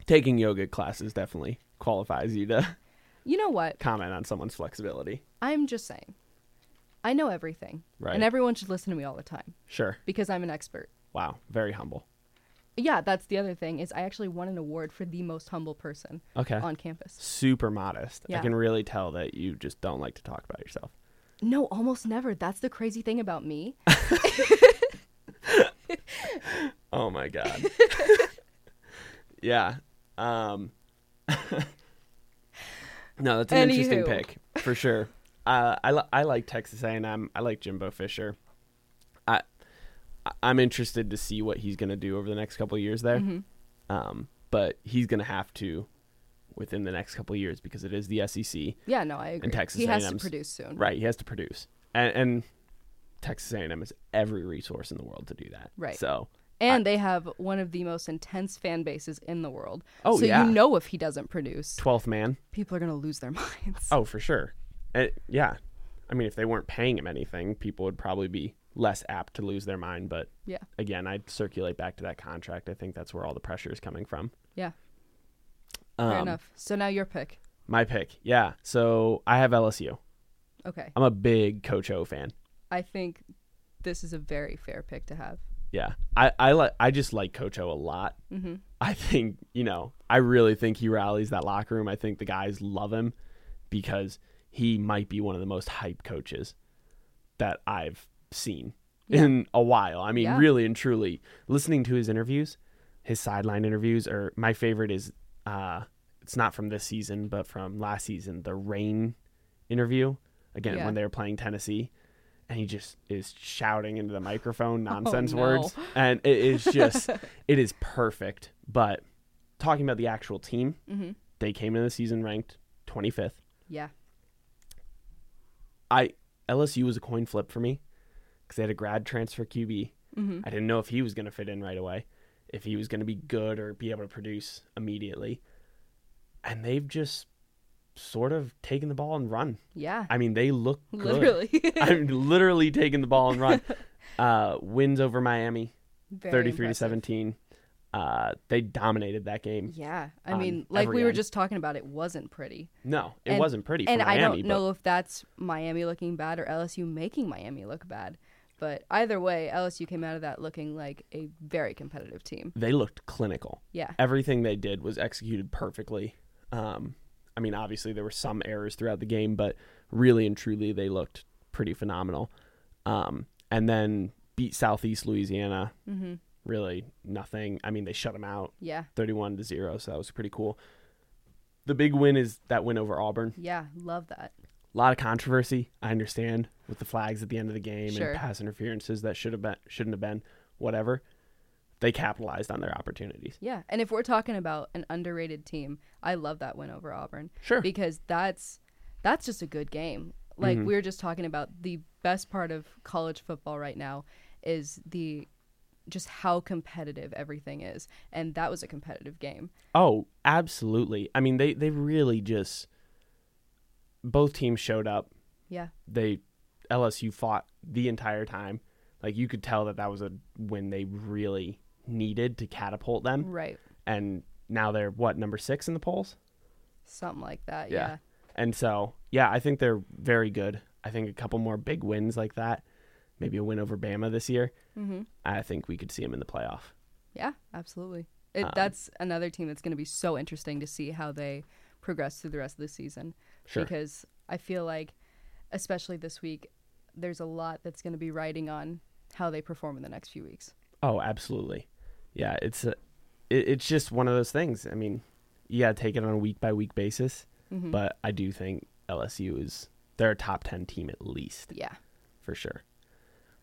[SPEAKER 1] Taking yoga classes definitely qualifies you to
[SPEAKER 2] you know what?
[SPEAKER 1] comment on someone's flexibility.
[SPEAKER 2] I'm just saying. I know everything.
[SPEAKER 1] Right.
[SPEAKER 2] And everyone should listen to me all the time
[SPEAKER 1] Sure.
[SPEAKER 2] because I'm an expert.
[SPEAKER 1] Wow. Very humble.
[SPEAKER 2] Yeah, that's the other thing is I actually won an award for the most humble person
[SPEAKER 1] Okay.
[SPEAKER 2] on campus.
[SPEAKER 1] Super modest. I
[SPEAKER 2] Yeah.
[SPEAKER 1] can really tell that you just don't like to talk about yourself.
[SPEAKER 2] No, almost never. That's the crazy thing about me.
[SPEAKER 1] Oh my god. yeah. Um No, that's an interesting
[SPEAKER 2] Anywho.
[SPEAKER 1] pick for sure. Uh, I li- I like Texas A&M. I like Jimbo Fisher. I I- I'm interested to see what he's going to do over the next couple of years there.
[SPEAKER 2] Mm-hmm.
[SPEAKER 1] Um, but he's going to have to within the next couple of years because it is the SEC.
[SPEAKER 2] Yeah, no, I agree.
[SPEAKER 1] Texas
[SPEAKER 2] he has to
[SPEAKER 1] A&M's
[SPEAKER 2] produce soon.
[SPEAKER 1] Right, he has to produce. And, and Texas A&M has every resource in the world to do that.
[SPEAKER 2] Right.
[SPEAKER 1] So,
[SPEAKER 2] And they have one of the most intense fan bases in the world.
[SPEAKER 1] Oh,
[SPEAKER 2] so
[SPEAKER 1] yeah.
[SPEAKER 2] you know if he doesn't produce,
[SPEAKER 1] 12th man.
[SPEAKER 2] people are going to lose their minds.
[SPEAKER 1] Oh, for sure. It, yeah. I mean, if they weren't paying him anything, people would probably be less apt to lose their mind. But
[SPEAKER 2] Yeah.
[SPEAKER 1] again, I'd circulate back to that contract. I think that's where all the pressure is coming from.
[SPEAKER 2] Yeah.
[SPEAKER 1] Um,
[SPEAKER 2] Fair enough. So now your pick.
[SPEAKER 1] My pick. Yeah. So I have LSU.
[SPEAKER 2] Okay.
[SPEAKER 1] I'm a big Coach O fan.
[SPEAKER 2] I think this is a very fair pick to have.
[SPEAKER 1] Yeah. I, I, like. I just like Coach O a lot. Mm-hmm. I think, you know, I really think he rallies that locker room. I think the guys love him because he might be one of the most hype coaches that I've seen in a while. I mean,
[SPEAKER 2] Yeah.
[SPEAKER 1] really and truly, listening to his interviews, his sideline interviews, or my favorite is uh, it's not from this season, but from last season, the rain interview again
[SPEAKER 2] Yeah.
[SPEAKER 1] when they were playing Tennessee, and he just is shouting into the microphone nonsense
[SPEAKER 2] Oh, no.
[SPEAKER 1] words, and it is just it is perfect. But talking about the actual team,
[SPEAKER 2] Mm-hmm.
[SPEAKER 1] they came into the season ranked 25th.
[SPEAKER 2] Yeah.
[SPEAKER 1] I LSU was a coin flip for me because they had a grad transfer QB.
[SPEAKER 2] Mm-hmm.
[SPEAKER 1] I didn't know if he was going to fit in right away, if he was going to be good or be able to produce immediately. And they've just sort of taken the ball and run.
[SPEAKER 2] Yeah.
[SPEAKER 1] I mean, they look good.
[SPEAKER 2] Literally.
[SPEAKER 1] I'm literally taking the ball and run. Uh, wins over Miami,
[SPEAKER 2] Very
[SPEAKER 1] 33 to
[SPEAKER 2] impressive.
[SPEAKER 1] 17. Uh, they dominated that game.
[SPEAKER 2] Yeah. I
[SPEAKER 1] on
[SPEAKER 2] mean, like
[SPEAKER 1] every
[SPEAKER 2] we were
[SPEAKER 1] end.
[SPEAKER 2] just talking about, it wasn't pretty.
[SPEAKER 1] No, it
[SPEAKER 2] And-
[SPEAKER 1] wasn't pretty. For
[SPEAKER 2] and
[SPEAKER 1] Miami,
[SPEAKER 2] I don't
[SPEAKER 1] but-
[SPEAKER 2] know if that's Miami looking bad or LSU making Miami look bad. But either way, LSU came out of that looking like a very competitive team.
[SPEAKER 1] they looked clinical.
[SPEAKER 2] Yeah.
[SPEAKER 1] Everything they did was executed perfectly. Um, I mean, obviously there were some errors throughout the game, but really and truly they looked pretty phenomenal. Um, and then beat Southeast Louisiana. Mm-hmm. Really nothing. I mean, they shut them out
[SPEAKER 2] Yeah.
[SPEAKER 1] 31 to 0, so that was pretty cool. The big win is that win over Auburn.
[SPEAKER 2] Yeah. Love that.
[SPEAKER 1] A lot of controversy, I understand, with the flags at the end of the game
[SPEAKER 2] Sure.
[SPEAKER 1] and pass interferences that should have been shouldn't have been, whatever. They capitalized on their opportunities.
[SPEAKER 2] Yeah. And if we're talking about an underrated team, I love that win over Auburn.
[SPEAKER 1] Sure.
[SPEAKER 2] Because that's that's just a good game. Like
[SPEAKER 1] Mm-hmm.
[SPEAKER 2] we were just talking about the best part of college football right now is the just how competitive everything is. And that was a competitive game.
[SPEAKER 1] Oh, absolutely. I mean, they they really just both teams showed up.
[SPEAKER 2] Yeah.
[SPEAKER 1] They LSU fought the entire time. Like you could tell that that was a win they really needed to catapult them.
[SPEAKER 2] Right.
[SPEAKER 1] And now they're what number six in the polls.
[SPEAKER 2] Something like that.
[SPEAKER 1] Yeah.
[SPEAKER 2] Yeah.
[SPEAKER 1] And so, yeah, I think they're very good. I think a couple more big wins like that, maybe a win over Bama this year. Mm-hmm. I think we could see them in the playoff.
[SPEAKER 2] Yeah, absolutely. It,
[SPEAKER 1] Um,
[SPEAKER 2] that's another team that's going to be so interesting to see how they progress through the rest of the season.
[SPEAKER 1] Sure.
[SPEAKER 2] Because I feel like, especially this week, there's a lot that's going to be riding on how they perform in the next few weeks.
[SPEAKER 1] Oh, absolutely. Yeah, it's a, it, it's just one of those things. I mean, you got to take it on a week by week basis,
[SPEAKER 2] Mhm.
[SPEAKER 1] but I do think LSU is they're a top 10 team at least
[SPEAKER 2] yeah.
[SPEAKER 1] for sure.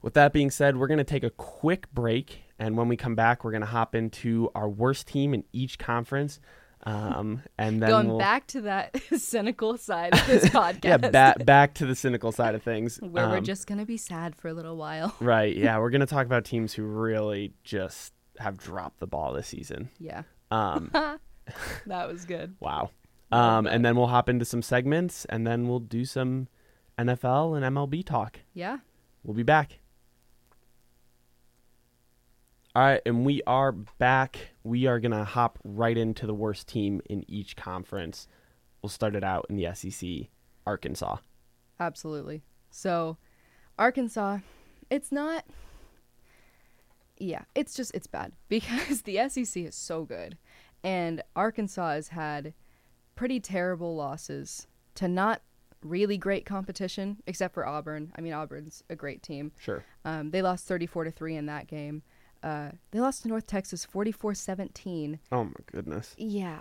[SPEAKER 1] With that being said, we're going to take a quick break and when we come back, we're going to hop into our worst team in each conference. Um, and then
[SPEAKER 2] Going
[SPEAKER 1] we'll,
[SPEAKER 2] back to that cynical side of this podcast.
[SPEAKER 1] yeah, ba- back to the cynical side of things.
[SPEAKER 2] where we're
[SPEAKER 1] Um,
[SPEAKER 2] just going to be sad for a little while.
[SPEAKER 1] Right. Yeah, we're going to talk about teams who really just have dropped the ball this season.
[SPEAKER 2] Yeah.
[SPEAKER 1] Um,
[SPEAKER 2] That was good.
[SPEAKER 1] wow. Um, and then we'll hop into some segments and then we'll do some NFL and MLB talk.
[SPEAKER 2] Yeah.
[SPEAKER 1] We'll be back. All right, and we are back. We are going to hop right into the worst team in each conference. We'll start it out in the SEC, Arkansas.
[SPEAKER 2] Absolutely. So, Arkansas, it's not. Yeah, it's just it's bad because the SEC is so good, and Arkansas has had pretty terrible losses to not really great competition, except for Auburn. I mean, Auburn's a great team.
[SPEAKER 1] Sure.
[SPEAKER 2] Um, they lost thirty-four to three in that game. Uh, they lost to North Texas 44-17.
[SPEAKER 1] Oh my goodness.
[SPEAKER 2] Yeah.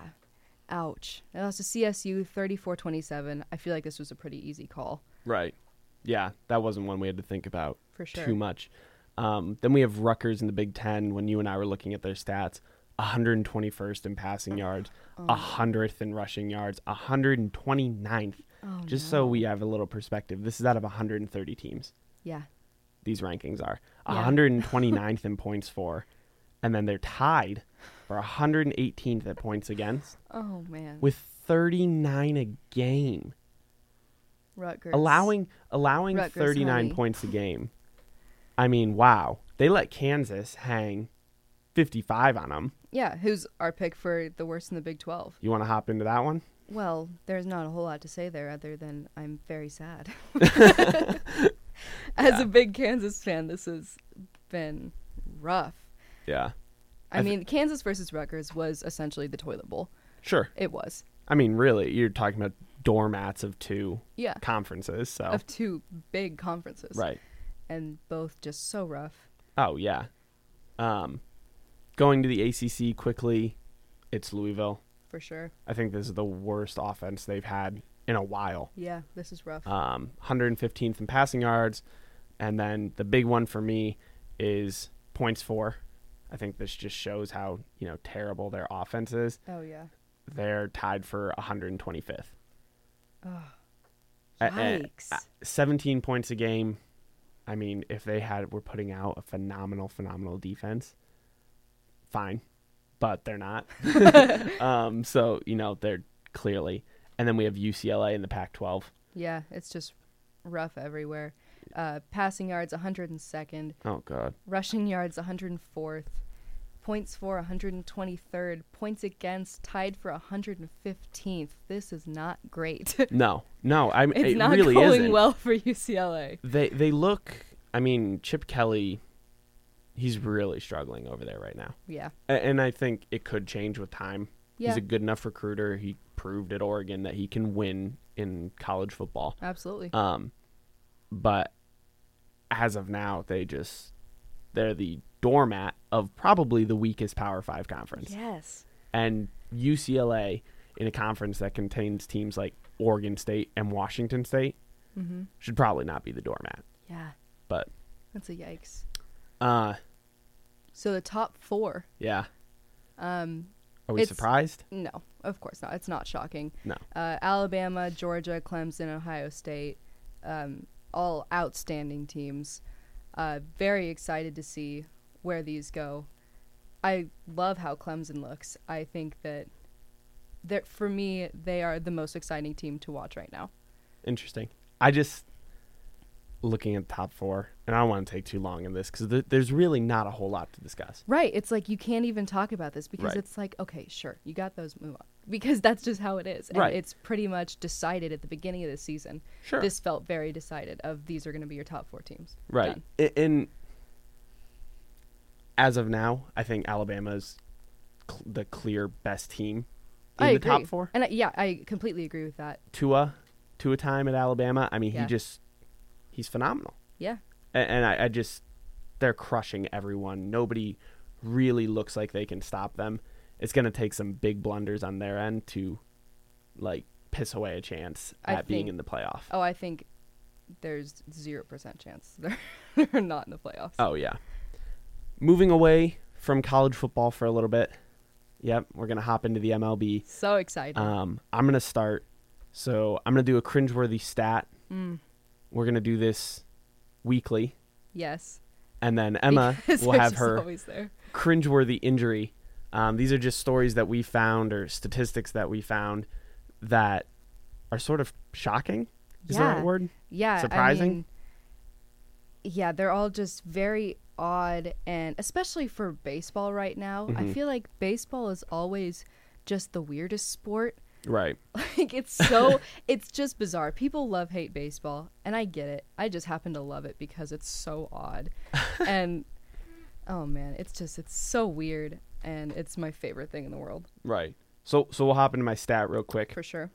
[SPEAKER 2] Ouch. They lost to CSU 34-27. I feel like this was a pretty easy call
[SPEAKER 1] Right. Yeah, that wasn't one we had to think about.
[SPEAKER 2] for sure.
[SPEAKER 1] too much. Um, then we have Rutgers in the Big Ten. When you and I were looking at their stats, 121st in passing yards,
[SPEAKER 2] Oh.
[SPEAKER 1] 100th in rushing yards, 129th.
[SPEAKER 2] Oh,
[SPEAKER 1] Just
[SPEAKER 2] no.
[SPEAKER 1] so we have a little perspective, this is out of 130 teams.
[SPEAKER 2] Yeah.
[SPEAKER 1] These rankings are
[SPEAKER 2] Yeah.
[SPEAKER 1] 129th in points for, and then they're tied for 118th at points against
[SPEAKER 2] Oh man.
[SPEAKER 1] with 39 a game,
[SPEAKER 2] Rutgers
[SPEAKER 1] allowing allowing
[SPEAKER 2] Rutgers,
[SPEAKER 1] 39
[SPEAKER 2] honey.
[SPEAKER 1] points a game. I mean, wow. They let Kansas hang 55 on them.
[SPEAKER 2] Yeah, who's our pick for the worst in the Big Twelve?
[SPEAKER 1] You want to hop into that one?
[SPEAKER 2] Well, there's not a whole lot to say there other than I'm very sad. As a big Kansas fan, this has been rough.
[SPEAKER 1] Yeah.
[SPEAKER 2] I,
[SPEAKER 1] I thi-
[SPEAKER 2] mean, Kansas versus Rutgers was essentially the toilet bowl.
[SPEAKER 1] Sure.
[SPEAKER 2] It was.
[SPEAKER 1] I mean, really, you're talking about doormats of two
[SPEAKER 2] Yeah.
[SPEAKER 1] conferences, so
[SPEAKER 2] Of two big conferences.
[SPEAKER 1] right.
[SPEAKER 2] And both just so rough.
[SPEAKER 1] Oh, yeah. Um going to the ACC quickly, it's Louisville.
[SPEAKER 2] For sure.
[SPEAKER 1] I think this is the worst offense they've had in a while.
[SPEAKER 2] Yeah, this is rough.
[SPEAKER 1] um, 115th in passing yards. And then the big one for me is points for. I think this just shows how you know terrible their offense is.
[SPEAKER 2] oh yeah.
[SPEAKER 1] They're tied for 125th. A- a-
[SPEAKER 2] Yikes.
[SPEAKER 1] a- 17 points a game. I mean, if they had were putting out a phenomenal, phenomenal defense, fine, but they're not. um, so you know they're clearly. And then we have UCLA in the Pac-12.
[SPEAKER 2] yeah, it's just rough everywhere. Uh, passing yards 102nd.
[SPEAKER 1] Oh God.
[SPEAKER 2] rushing yards 104th, points for 123rd, points against tied for 115th. This is not great. it's
[SPEAKER 1] No, no. I it
[SPEAKER 2] not
[SPEAKER 1] really
[SPEAKER 2] going
[SPEAKER 1] isn't.
[SPEAKER 2] well for UCLA.
[SPEAKER 1] They they look. I mean, Chip Kelly, he's really struggling over there right now,
[SPEAKER 2] Yeah.
[SPEAKER 1] A- and I think it could change with time.
[SPEAKER 2] Yeah.
[SPEAKER 1] He's a good enough recruiter. He proved at Oregon that he can win in college football.
[SPEAKER 2] Absolutely.
[SPEAKER 1] Um, but as of now, they just they're the doormat of probably the weakest Power Five conference,
[SPEAKER 2] yes.
[SPEAKER 1] and UCLA in a conference that contains teams like Oregon State and Washington State
[SPEAKER 2] Mhm.
[SPEAKER 1] should probably not be the doormat.
[SPEAKER 2] Yeah.
[SPEAKER 1] But
[SPEAKER 2] That's a yikes.
[SPEAKER 1] uh
[SPEAKER 2] So the top 4.
[SPEAKER 1] yeah.
[SPEAKER 2] Um
[SPEAKER 1] Are we
[SPEAKER 2] It's-
[SPEAKER 1] surprised?
[SPEAKER 2] no, of course not. It's not shocking.
[SPEAKER 1] No.
[SPEAKER 2] Uh, Alabama, Georgia, Clemson, Ohio State, um, all outstanding teams. Uh, very excited to see where these go. I love how Clemson looks. I think that that for me they are the most exciting team to watch right now.
[SPEAKER 1] Interesting. I just looking at the top four, and I don't want to take too long in this because th- there's really not a whole lot to discuss.
[SPEAKER 2] Right? It's like you can't even talk about this because
[SPEAKER 1] Right.
[SPEAKER 2] it's like okay, sure, you got those, move on. Because that's just how it is, and
[SPEAKER 1] Right.
[SPEAKER 2] it's pretty much decided at the beginning of the season.
[SPEAKER 1] Sure.
[SPEAKER 2] This felt very decided. Of these are going to be your top four teams.
[SPEAKER 1] right.
[SPEAKER 2] Done.
[SPEAKER 1] A- And as of now, I think Alabama's cl- the clear best team in
[SPEAKER 2] I
[SPEAKER 1] the
[SPEAKER 2] agree.
[SPEAKER 1] top four.
[SPEAKER 2] And I, yeah, I completely agree with that.
[SPEAKER 1] Tua, Tua time at Alabama. I mean,
[SPEAKER 2] Yeah.
[SPEAKER 1] he just he's phenomenal.
[SPEAKER 2] Yeah.
[SPEAKER 1] A- And, I, I just, they're crushing everyone. Nobody really looks like they can stop them. It's going to take some big blunders on their end to, like, piss away a chance
[SPEAKER 2] I
[SPEAKER 1] at being
[SPEAKER 2] think-
[SPEAKER 1] in the playoff.
[SPEAKER 2] Oh, I think there's zero percent chance they're they're not in the playoffs.
[SPEAKER 1] Oh yeah. Moving away from college football for a little bit. Yep, we're gonna hop into the MLB.
[SPEAKER 2] So excited.
[SPEAKER 1] Um, I'm gonna start. So I'm gonna do a cringeworthy stat.
[SPEAKER 2] Mm,
[SPEAKER 1] We're gonna do this weekly,
[SPEAKER 2] yes.
[SPEAKER 1] and then Emma
[SPEAKER 2] Because
[SPEAKER 1] will
[SPEAKER 2] they're
[SPEAKER 1] have
[SPEAKER 2] just
[SPEAKER 1] her
[SPEAKER 2] always there.
[SPEAKER 1] cringeworthy injury. Um, these are just stories that we found or statistics that we found that are sort of shocking. Is the
[SPEAKER 2] Yeah.
[SPEAKER 1] right word?
[SPEAKER 2] Yeah.
[SPEAKER 1] Surprising?
[SPEAKER 2] I mean, yeah, they're all just very odd and especially for baseball right now. I
[SPEAKER 1] Mhm.
[SPEAKER 2] feel like baseball is always just the weirdest sport.
[SPEAKER 1] Right.
[SPEAKER 2] Like it's so it's just bizarre. People love hate baseball and I get it. I just happen to love it because it's so odd. and oh man, it's just it's so weird and it's my favorite thing in the world
[SPEAKER 1] Right. So so we'll hop into my stat real quick.
[SPEAKER 2] for sure.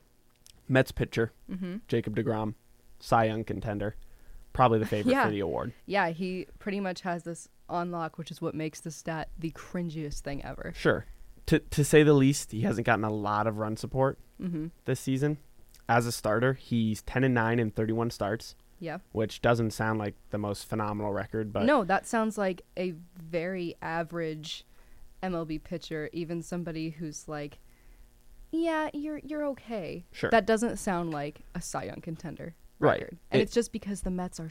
[SPEAKER 1] Mets pitcher
[SPEAKER 2] Mhm.
[SPEAKER 1] Jacob DeGrom, Cy Young contender, probably the favorite
[SPEAKER 2] Yeah.
[SPEAKER 1] for the award.
[SPEAKER 2] Yeah, he pretty much has this on lock, which is what makes the stat the cringiest thing ever.
[SPEAKER 1] Sure, to to say the least, he hasn't gotten a lot of run support
[SPEAKER 2] Mhm.
[SPEAKER 1] this season. As a starter, he's ten and nine in thirty one starts,
[SPEAKER 2] Yeah.
[SPEAKER 1] which doesn't sound like the most phenomenal record, but
[SPEAKER 2] no, that sounds like a very average MLB pitcher, even somebody who's like, yeah, you're you're okay.
[SPEAKER 1] Sure.
[SPEAKER 2] That doesn't sound like a Cy Young contender
[SPEAKER 1] Right.
[SPEAKER 2] record, and
[SPEAKER 1] It-
[SPEAKER 2] it's just because the Mets are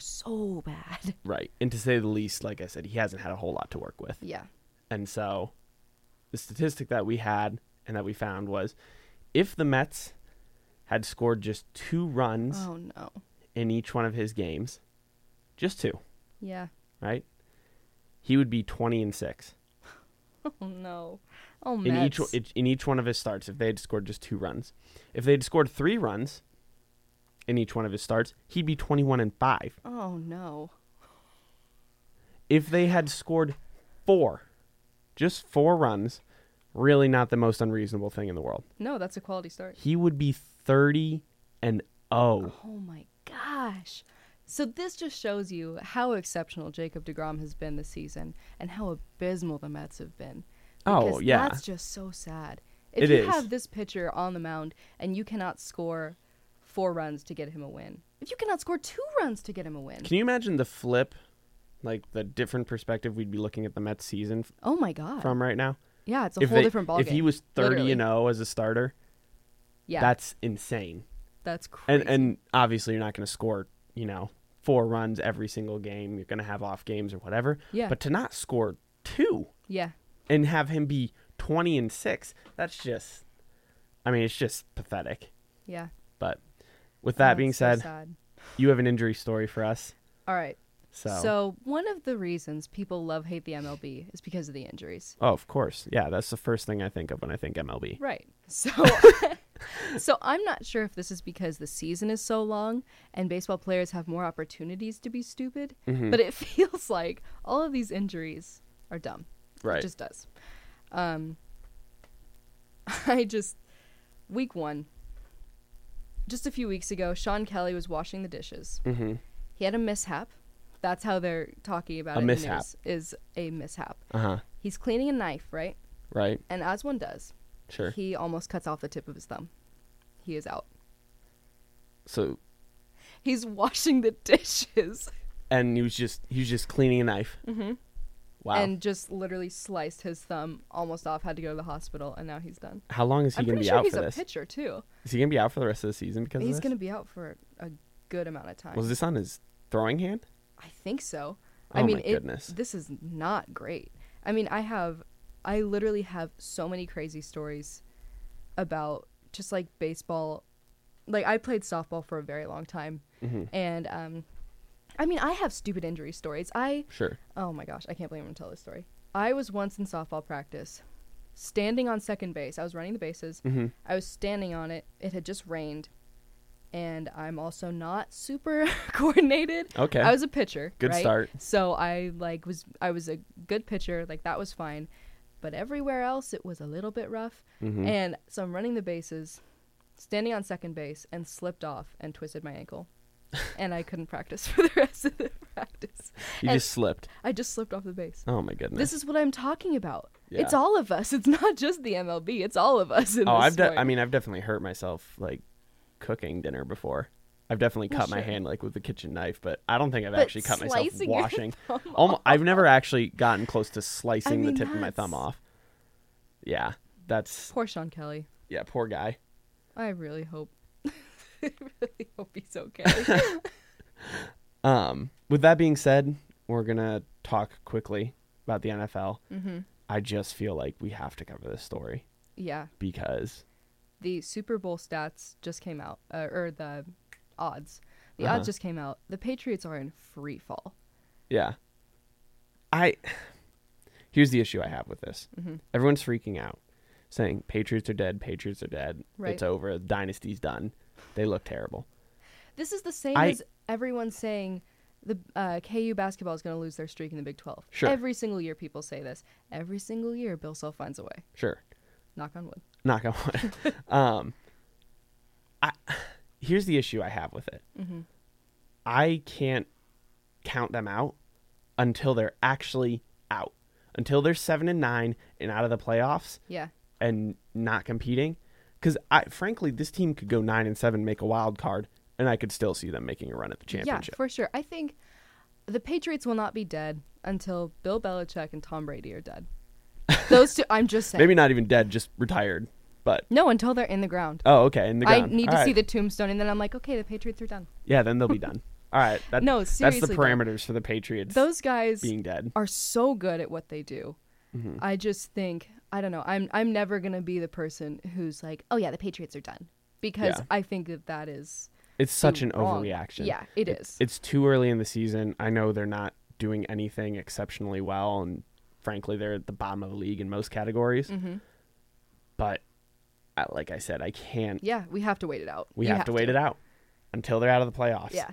[SPEAKER 2] so bad.
[SPEAKER 1] right. And to say the least, like I said, he hasn't had a whole lot to work with.
[SPEAKER 2] Yeah.
[SPEAKER 1] And so the statistic that we had and that we found was if the Mets had scored just two runs
[SPEAKER 2] Oh no.
[SPEAKER 1] in each one of his games, just two,
[SPEAKER 2] Yeah.
[SPEAKER 1] right? He would be 20 and 6
[SPEAKER 2] Oh no. Oh
[SPEAKER 1] in
[SPEAKER 2] Mets.
[SPEAKER 1] each each in each one of his starts if they had scored just two runs. If they had scored 3 runs in each one of his starts, he'd be 21 and 5.
[SPEAKER 2] oh no.
[SPEAKER 1] If they had scored 4 just 4 runs, really not the most unreasonable thing in the world.
[SPEAKER 2] No, that's a quality start.
[SPEAKER 1] He would be 30 and 0.
[SPEAKER 2] Oh my gosh. So this just shows you how exceptional Jacob DeGrom has been this season and how abysmal the Mets have been.
[SPEAKER 1] Oh,
[SPEAKER 2] Because
[SPEAKER 1] yeah.
[SPEAKER 2] That's just so sad. If
[SPEAKER 1] It
[SPEAKER 2] you
[SPEAKER 1] is.
[SPEAKER 2] have this pitcher on the mound and you cannot score four runs to get him a win. If you cannot score two runs to get him a win.
[SPEAKER 1] Can you imagine the flip like the different perspective we'd be looking at the Mets season f-
[SPEAKER 2] oh my god.
[SPEAKER 1] from right now?
[SPEAKER 2] yeah, it's a whole
[SPEAKER 1] they-
[SPEAKER 2] different ballgame.
[SPEAKER 1] If he was 30
[SPEAKER 2] Literally.
[SPEAKER 1] and 0 as a starter,
[SPEAKER 2] Yeah.
[SPEAKER 1] that's insane.
[SPEAKER 2] that's crazy.
[SPEAKER 1] And and obviously you're not going to score, you know, four runs every single game. You're going to have off games or whatever.
[SPEAKER 2] Yeah.
[SPEAKER 1] But to not score two
[SPEAKER 2] yeah.
[SPEAKER 1] and have him be 20 and 6, that's just I mean, it's just pathetic.
[SPEAKER 2] Yeah.
[SPEAKER 1] But with that
[SPEAKER 2] That's
[SPEAKER 1] being
[SPEAKER 2] so
[SPEAKER 1] said,
[SPEAKER 2] sad.
[SPEAKER 1] you have an injury story for us.
[SPEAKER 2] All right.
[SPEAKER 1] So,
[SPEAKER 2] so one of the reasons people love hate the MLB is because of the injuries.
[SPEAKER 1] Oh, of course. Yeah, that's the first thing I think of when I think MLB.
[SPEAKER 2] Right. So so I'm not sure if this is because the season is so long and baseball players have more opportunities to be stupid,
[SPEAKER 1] Mm-hmm.
[SPEAKER 2] but it feels like all of these injuries are dumb. It
[SPEAKER 1] Right.
[SPEAKER 2] just does. Um I just week 1 just a few weeks ago, Sean Kelly was washing the dishes.
[SPEAKER 1] Mhm.
[SPEAKER 2] He had a mishap. That's how they're talking about
[SPEAKER 1] A
[SPEAKER 2] it. in the
[SPEAKER 1] mishap.
[SPEAKER 2] news, is a mishap.
[SPEAKER 1] Uh-huh.
[SPEAKER 2] He's cleaning a knife, right?
[SPEAKER 1] Right.
[SPEAKER 2] And as one does,
[SPEAKER 1] Sure.
[SPEAKER 2] he almost cuts off the tip of his thumb. He is out.
[SPEAKER 1] so
[SPEAKER 2] He's washing the dishes
[SPEAKER 1] and he was just he was just cleaning a knife. Mm-hmm. Wow.
[SPEAKER 2] and just literally sliced his thumb almost off. Had to go to the hospital, and now he's done.
[SPEAKER 1] How long is he
[SPEAKER 2] I'm
[SPEAKER 1] going to
[SPEAKER 2] pretty
[SPEAKER 1] be
[SPEAKER 2] sure
[SPEAKER 1] out
[SPEAKER 2] he's
[SPEAKER 1] for
[SPEAKER 2] a
[SPEAKER 1] this?
[SPEAKER 2] pitcher too.
[SPEAKER 1] Is he going to be out for the rest of the season because of
[SPEAKER 2] he's
[SPEAKER 1] this?
[SPEAKER 2] going to be out for a good amount of time.
[SPEAKER 1] Was this on his throwing hand?
[SPEAKER 2] I think so.
[SPEAKER 1] Oh
[SPEAKER 2] I
[SPEAKER 1] my
[SPEAKER 2] mean, it-
[SPEAKER 1] goodness.
[SPEAKER 2] this is not great. I mean, I have, I literally have so many crazy stories about just like baseball. Like I played softball for a very long time,
[SPEAKER 1] Mm-hmm.
[SPEAKER 2] and um, I mean, I have stupid injury stories. I
[SPEAKER 1] Sure.
[SPEAKER 2] Oh my gosh, I can't believe I'm gonna tell this story. I was once in softball practice, standing on second base. I was running the bases.
[SPEAKER 1] Mhm.
[SPEAKER 2] I was standing on it. It had just rained, and I'm also not super coordinated.
[SPEAKER 1] Okay.
[SPEAKER 2] I was a pitcher.
[SPEAKER 1] Good
[SPEAKER 2] right?
[SPEAKER 1] start.
[SPEAKER 2] So I like was I was a good pitcher. Like that was fine, but everywhere else it was a little bit rough.
[SPEAKER 1] Mm-hmm.
[SPEAKER 2] And so I'm running the bases, standing on second base, and slipped off and twisted my ankle. and I couldn't practice for the rest of the practice.
[SPEAKER 1] You
[SPEAKER 2] And-
[SPEAKER 1] just slipped.
[SPEAKER 2] I just slipped off the base.
[SPEAKER 1] Oh my goodness.
[SPEAKER 2] This is what I'm talking about. It's
[SPEAKER 1] Yeah.
[SPEAKER 2] all of us. It's not just the MLB. It's all of us. In
[SPEAKER 1] oh,
[SPEAKER 2] this
[SPEAKER 1] I've de-
[SPEAKER 2] sport.
[SPEAKER 1] I mean, I've definitely hurt myself like cooking dinner before. I've definitely
[SPEAKER 2] Well,
[SPEAKER 1] cut my
[SPEAKER 2] sure.
[SPEAKER 1] hand like with a kitchen knife, but I don't think I've
[SPEAKER 2] But
[SPEAKER 1] actually cut myself
[SPEAKER 2] slicing your
[SPEAKER 1] washing.
[SPEAKER 2] thumb
[SPEAKER 1] Almo- I've never actually gotten close to slicing
[SPEAKER 2] mean,
[SPEAKER 1] the tip of my thumb
[SPEAKER 2] that's-
[SPEAKER 1] off. Yeah, that's
[SPEAKER 2] Poor Sean Kelly.
[SPEAKER 1] yeah, poor guy.
[SPEAKER 2] I really hope. I really hope he's okay.
[SPEAKER 1] Um, with that being said, we're gonna talk quickly about the NFL.
[SPEAKER 2] hmm
[SPEAKER 1] I just feel like we have to cover this story
[SPEAKER 2] Yeah.
[SPEAKER 1] because
[SPEAKER 2] the Super Bowl stats just came out, uh, or the odds. The
[SPEAKER 1] Uh-huh.
[SPEAKER 2] odds just came out. The Patriots are in free fall.
[SPEAKER 1] yeah, I here's the issue I have with this.
[SPEAKER 2] Mhm.
[SPEAKER 1] Everyone's freaking out, saying Patriots are dead, Patriots are dead,
[SPEAKER 2] Right.
[SPEAKER 1] it's over, the dynasty's done. They look terrible.
[SPEAKER 2] This is the same
[SPEAKER 1] I-
[SPEAKER 2] as everyone saying the uh, KU basketball is going to lose their streak in the Big 12.
[SPEAKER 1] Sure.
[SPEAKER 2] Every single year, people say this. Every single year, Bill Self finds a way.
[SPEAKER 1] Sure,
[SPEAKER 2] Knock on wood.
[SPEAKER 1] knock on wood. um, I here's the issue I have with it. I can't count them out until they're actually out, until they're seven and nine and out of the playoffs
[SPEAKER 2] Yeah.
[SPEAKER 1] and not competing. Because I, frankly, this team could go nine and seven, make a wild card, and I could still see them making a run at the
[SPEAKER 2] Yeah,
[SPEAKER 1] championship.
[SPEAKER 2] for sure. I think the Patriots will not be dead until Bill Belichick and Tom Brady are dead. Those two, I'm just saying.
[SPEAKER 1] Maybe not even dead, just retired. But
[SPEAKER 2] No, until they're in the ground.
[SPEAKER 1] oh, okay, in the
[SPEAKER 2] I
[SPEAKER 1] ground.
[SPEAKER 2] need
[SPEAKER 1] All
[SPEAKER 2] to see
[SPEAKER 1] right.
[SPEAKER 2] the tombstone, and then I'm like, okay, the Patriots are done.
[SPEAKER 1] Yeah, then they'll be done. All right. That,
[SPEAKER 2] No,
[SPEAKER 1] That's the
[SPEAKER 2] seriously, but
[SPEAKER 1] parameters for the Patriots
[SPEAKER 2] Those guys
[SPEAKER 1] being Mm-hmm. dead.
[SPEAKER 2] are so good at what they do. I just think I don't know. I'm I'm never gonna be the person who's like, oh yeah, the Patriots are done because
[SPEAKER 1] Yeah.
[SPEAKER 2] I think that that is
[SPEAKER 1] It's such
[SPEAKER 2] too
[SPEAKER 1] an
[SPEAKER 2] wrong.
[SPEAKER 1] overreaction.
[SPEAKER 2] Yeah, it
[SPEAKER 1] It-
[SPEAKER 2] is.
[SPEAKER 1] It's too early in the season. I know they're not doing anything exceptionally well, and frankly, they're at the bottom of the league in most categories.
[SPEAKER 2] Mm-hmm.
[SPEAKER 1] But I, like I said, I can't.
[SPEAKER 2] yeah, we have to wait it out.
[SPEAKER 1] We
[SPEAKER 2] You
[SPEAKER 1] have, to wait it out until they're out of the playoffs.
[SPEAKER 2] Yeah,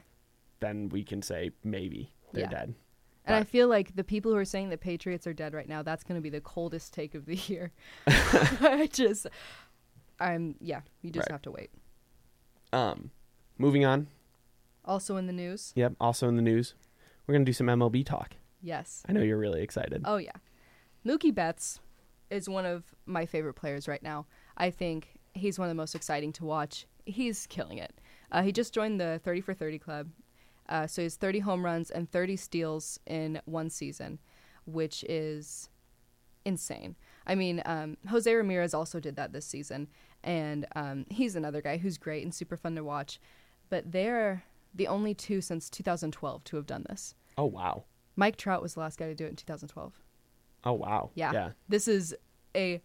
[SPEAKER 1] Then we can say maybe they're
[SPEAKER 2] Yeah.
[SPEAKER 1] dead.
[SPEAKER 2] and I
[SPEAKER 1] But-
[SPEAKER 2] feel like the people who are saying the Patriots are dead right now, that's gonna be the coldest take of the year. I just, I'm yeah. You just
[SPEAKER 1] Right.
[SPEAKER 2] have to wait.
[SPEAKER 1] Um, moving on.
[SPEAKER 2] Also in the news,
[SPEAKER 1] Yep. Also in the news, we're gonna do some MLB talk.
[SPEAKER 2] yes.
[SPEAKER 1] I know you're really excited.
[SPEAKER 2] Oh yeah. Mookie Betts is one of my favorite players right now. I think he's one of the most exciting to watch. He's killing it. Uh, he just joined the 30 for 30 club. Uh, so he's 30 home runs and 30 steals in one season, which is insane. I mean, um, Jose Ramirez also did that this season, and um, he's another guy who's great and super fun to watch. But they're the only two since 2012 to have done this.
[SPEAKER 1] Oh wow.
[SPEAKER 2] Mike Trout was the last guy to do it in 2012.
[SPEAKER 1] Oh wow.
[SPEAKER 2] Yeah.
[SPEAKER 1] Yeah.
[SPEAKER 2] This is a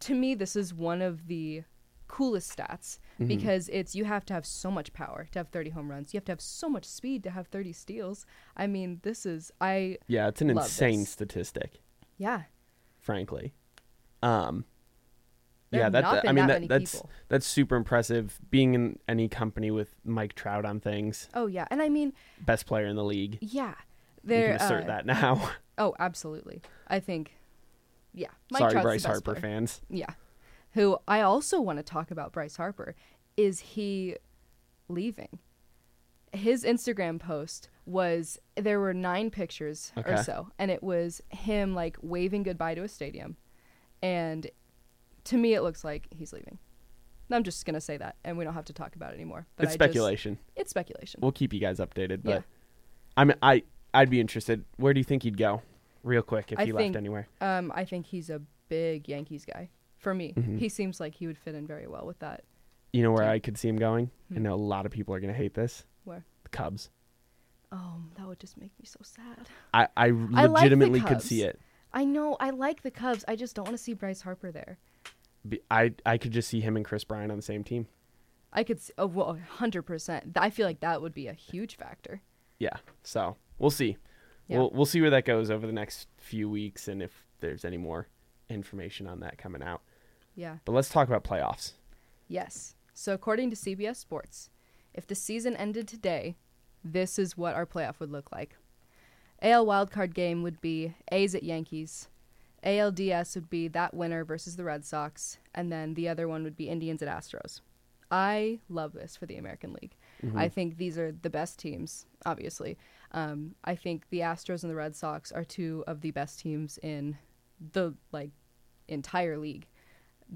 [SPEAKER 2] to me this is one of the coolest stats
[SPEAKER 1] Mm-hmm.
[SPEAKER 2] because it's you have to have so much power to have 30 home runs. You have to have so much speed to have 30 steals. I mean, this is I
[SPEAKER 1] Yeah. It's an
[SPEAKER 2] Love
[SPEAKER 1] insane
[SPEAKER 2] this.
[SPEAKER 1] statistic.
[SPEAKER 2] yeah.
[SPEAKER 1] frankly. Um,
[SPEAKER 2] There
[SPEAKER 1] yeah,
[SPEAKER 2] have
[SPEAKER 1] that,
[SPEAKER 2] not
[SPEAKER 1] that- I
[SPEAKER 2] been
[SPEAKER 1] mean
[SPEAKER 2] that
[SPEAKER 1] that,
[SPEAKER 2] many
[SPEAKER 1] that's
[SPEAKER 2] people.
[SPEAKER 1] that's super impressive. Being in any company with Mike Trout on things,
[SPEAKER 2] Oh yeah. And I mean,
[SPEAKER 1] best player in the league,
[SPEAKER 2] yeah.
[SPEAKER 1] you
[SPEAKER 2] There
[SPEAKER 1] can assert
[SPEAKER 2] uh,
[SPEAKER 1] that now.
[SPEAKER 2] Oh, absolutely. I think yeah.
[SPEAKER 1] Sorry,
[SPEAKER 2] Trout's the
[SPEAKER 1] Bryce
[SPEAKER 2] best
[SPEAKER 1] Harper
[SPEAKER 2] player.
[SPEAKER 1] fans.
[SPEAKER 2] Yeah. Who I also want to talk about Bryce Harper. Is he leaving? His Instagram post was there were nine pictures or
[SPEAKER 1] Okay.
[SPEAKER 2] so, and it was him like waving goodbye to a stadium. And to me, it looks like he's leaving. I'm just going to say that, and we don't have to talk about it anymore. But
[SPEAKER 1] it's
[SPEAKER 2] I just-
[SPEAKER 1] speculation.
[SPEAKER 2] it's speculation.
[SPEAKER 1] We'll keep you guys updated, but
[SPEAKER 2] Yeah.
[SPEAKER 1] I mean, I I'd be interested. Where do you think he'd go? Real quick, if
[SPEAKER 2] I
[SPEAKER 1] he
[SPEAKER 2] think-
[SPEAKER 1] left anywhere.
[SPEAKER 2] Um, I think he's a big Yankees guy. For me,
[SPEAKER 1] Mm-hmm.
[SPEAKER 2] he seems like he would fit in very well with that.
[SPEAKER 1] You know where
[SPEAKER 2] Team.
[SPEAKER 1] I could see him going? I
[SPEAKER 2] Hmm.
[SPEAKER 1] know a lot of people are gonna hate this.
[SPEAKER 2] Where?
[SPEAKER 1] The Cubs.
[SPEAKER 2] Oh, that would just make me so sad.
[SPEAKER 1] I, I
[SPEAKER 2] like the
[SPEAKER 1] legitimately could see
[SPEAKER 2] Cubs.
[SPEAKER 1] it.
[SPEAKER 2] I know. I like the Cubs. I just don't want to see Bryce Harper there.
[SPEAKER 1] Be- I I could just see him and Chris Bryan on the same team.
[SPEAKER 2] I could, see, oh, well, 100%. I feel like that would be a huge factor.
[SPEAKER 1] yeah so we'll see
[SPEAKER 2] Yeah.
[SPEAKER 1] we'll, we'll see where that goes over the next few weeks and if there's any more information on that coming out
[SPEAKER 2] Yeah.
[SPEAKER 1] but let's talk about playoffs
[SPEAKER 2] Yes. So, according to CBS Sports, if the season ended today, this is what our playoff would look like. AL wildcard game would be A's at Yankees. ALDS would be that winner versus the Red Sox. And then the other one would be Indians at Astros. I love this for the American League. I think these are the best teams, obviously. Um, I think the Astros and the Red Sox are two of the best teams in the like entire league.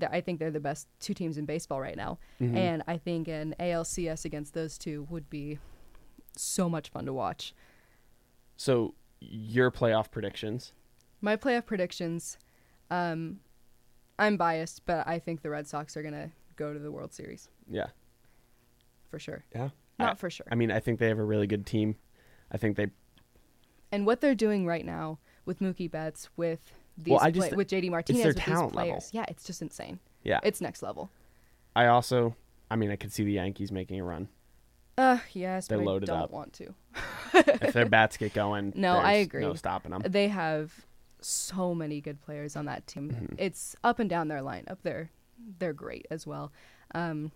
[SPEAKER 2] Th- I think they're the best two teams in baseball right now, and I think an ALCS against those two would be so much fun to watch.
[SPEAKER 1] So your playoff predictions.
[SPEAKER 2] My playoff predictions, um, I'm biased, but I think the Red Sox are gonna go to the World Series
[SPEAKER 1] Yeah.
[SPEAKER 2] for sure.
[SPEAKER 1] Yeah.
[SPEAKER 2] Not for sure.
[SPEAKER 1] I mean, I think they have a really good team. I think they
[SPEAKER 2] and what they're doing right now with Mookie Betts, with these
[SPEAKER 1] Well, I just-
[SPEAKER 2] pla- with JD Martinez,
[SPEAKER 1] their
[SPEAKER 2] with
[SPEAKER 1] talent
[SPEAKER 2] these players,
[SPEAKER 1] level.
[SPEAKER 2] yeah, it's just insane.
[SPEAKER 1] yeah.
[SPEAKER 2] It's next level.
[SPEAKER 1] I also I mean, I could see the Yankees making a run.
[SPEAKER 2] Uh, yes,
[SPEAKER 1] They're
[SPEAKER 2] but
[SPEAKER 1] loaded
[SPEAKER 2] I don't
[SPEAKER 1] up.
[SPEAKER 2] want to.
[SPEAKER 1] If their bats get going,
[SPEAKER 2] No, I
[SPEAKER 1] there's No
[SPEAKER 2] agree.
[SPEAKER 1] stopping them.
[SPEAKER 2] They have so many good players on that team.
[SPEAKER 1] Mm-hmm.
[SPEAKER 2] It's up and down their lineup. They're they're great as well. Um,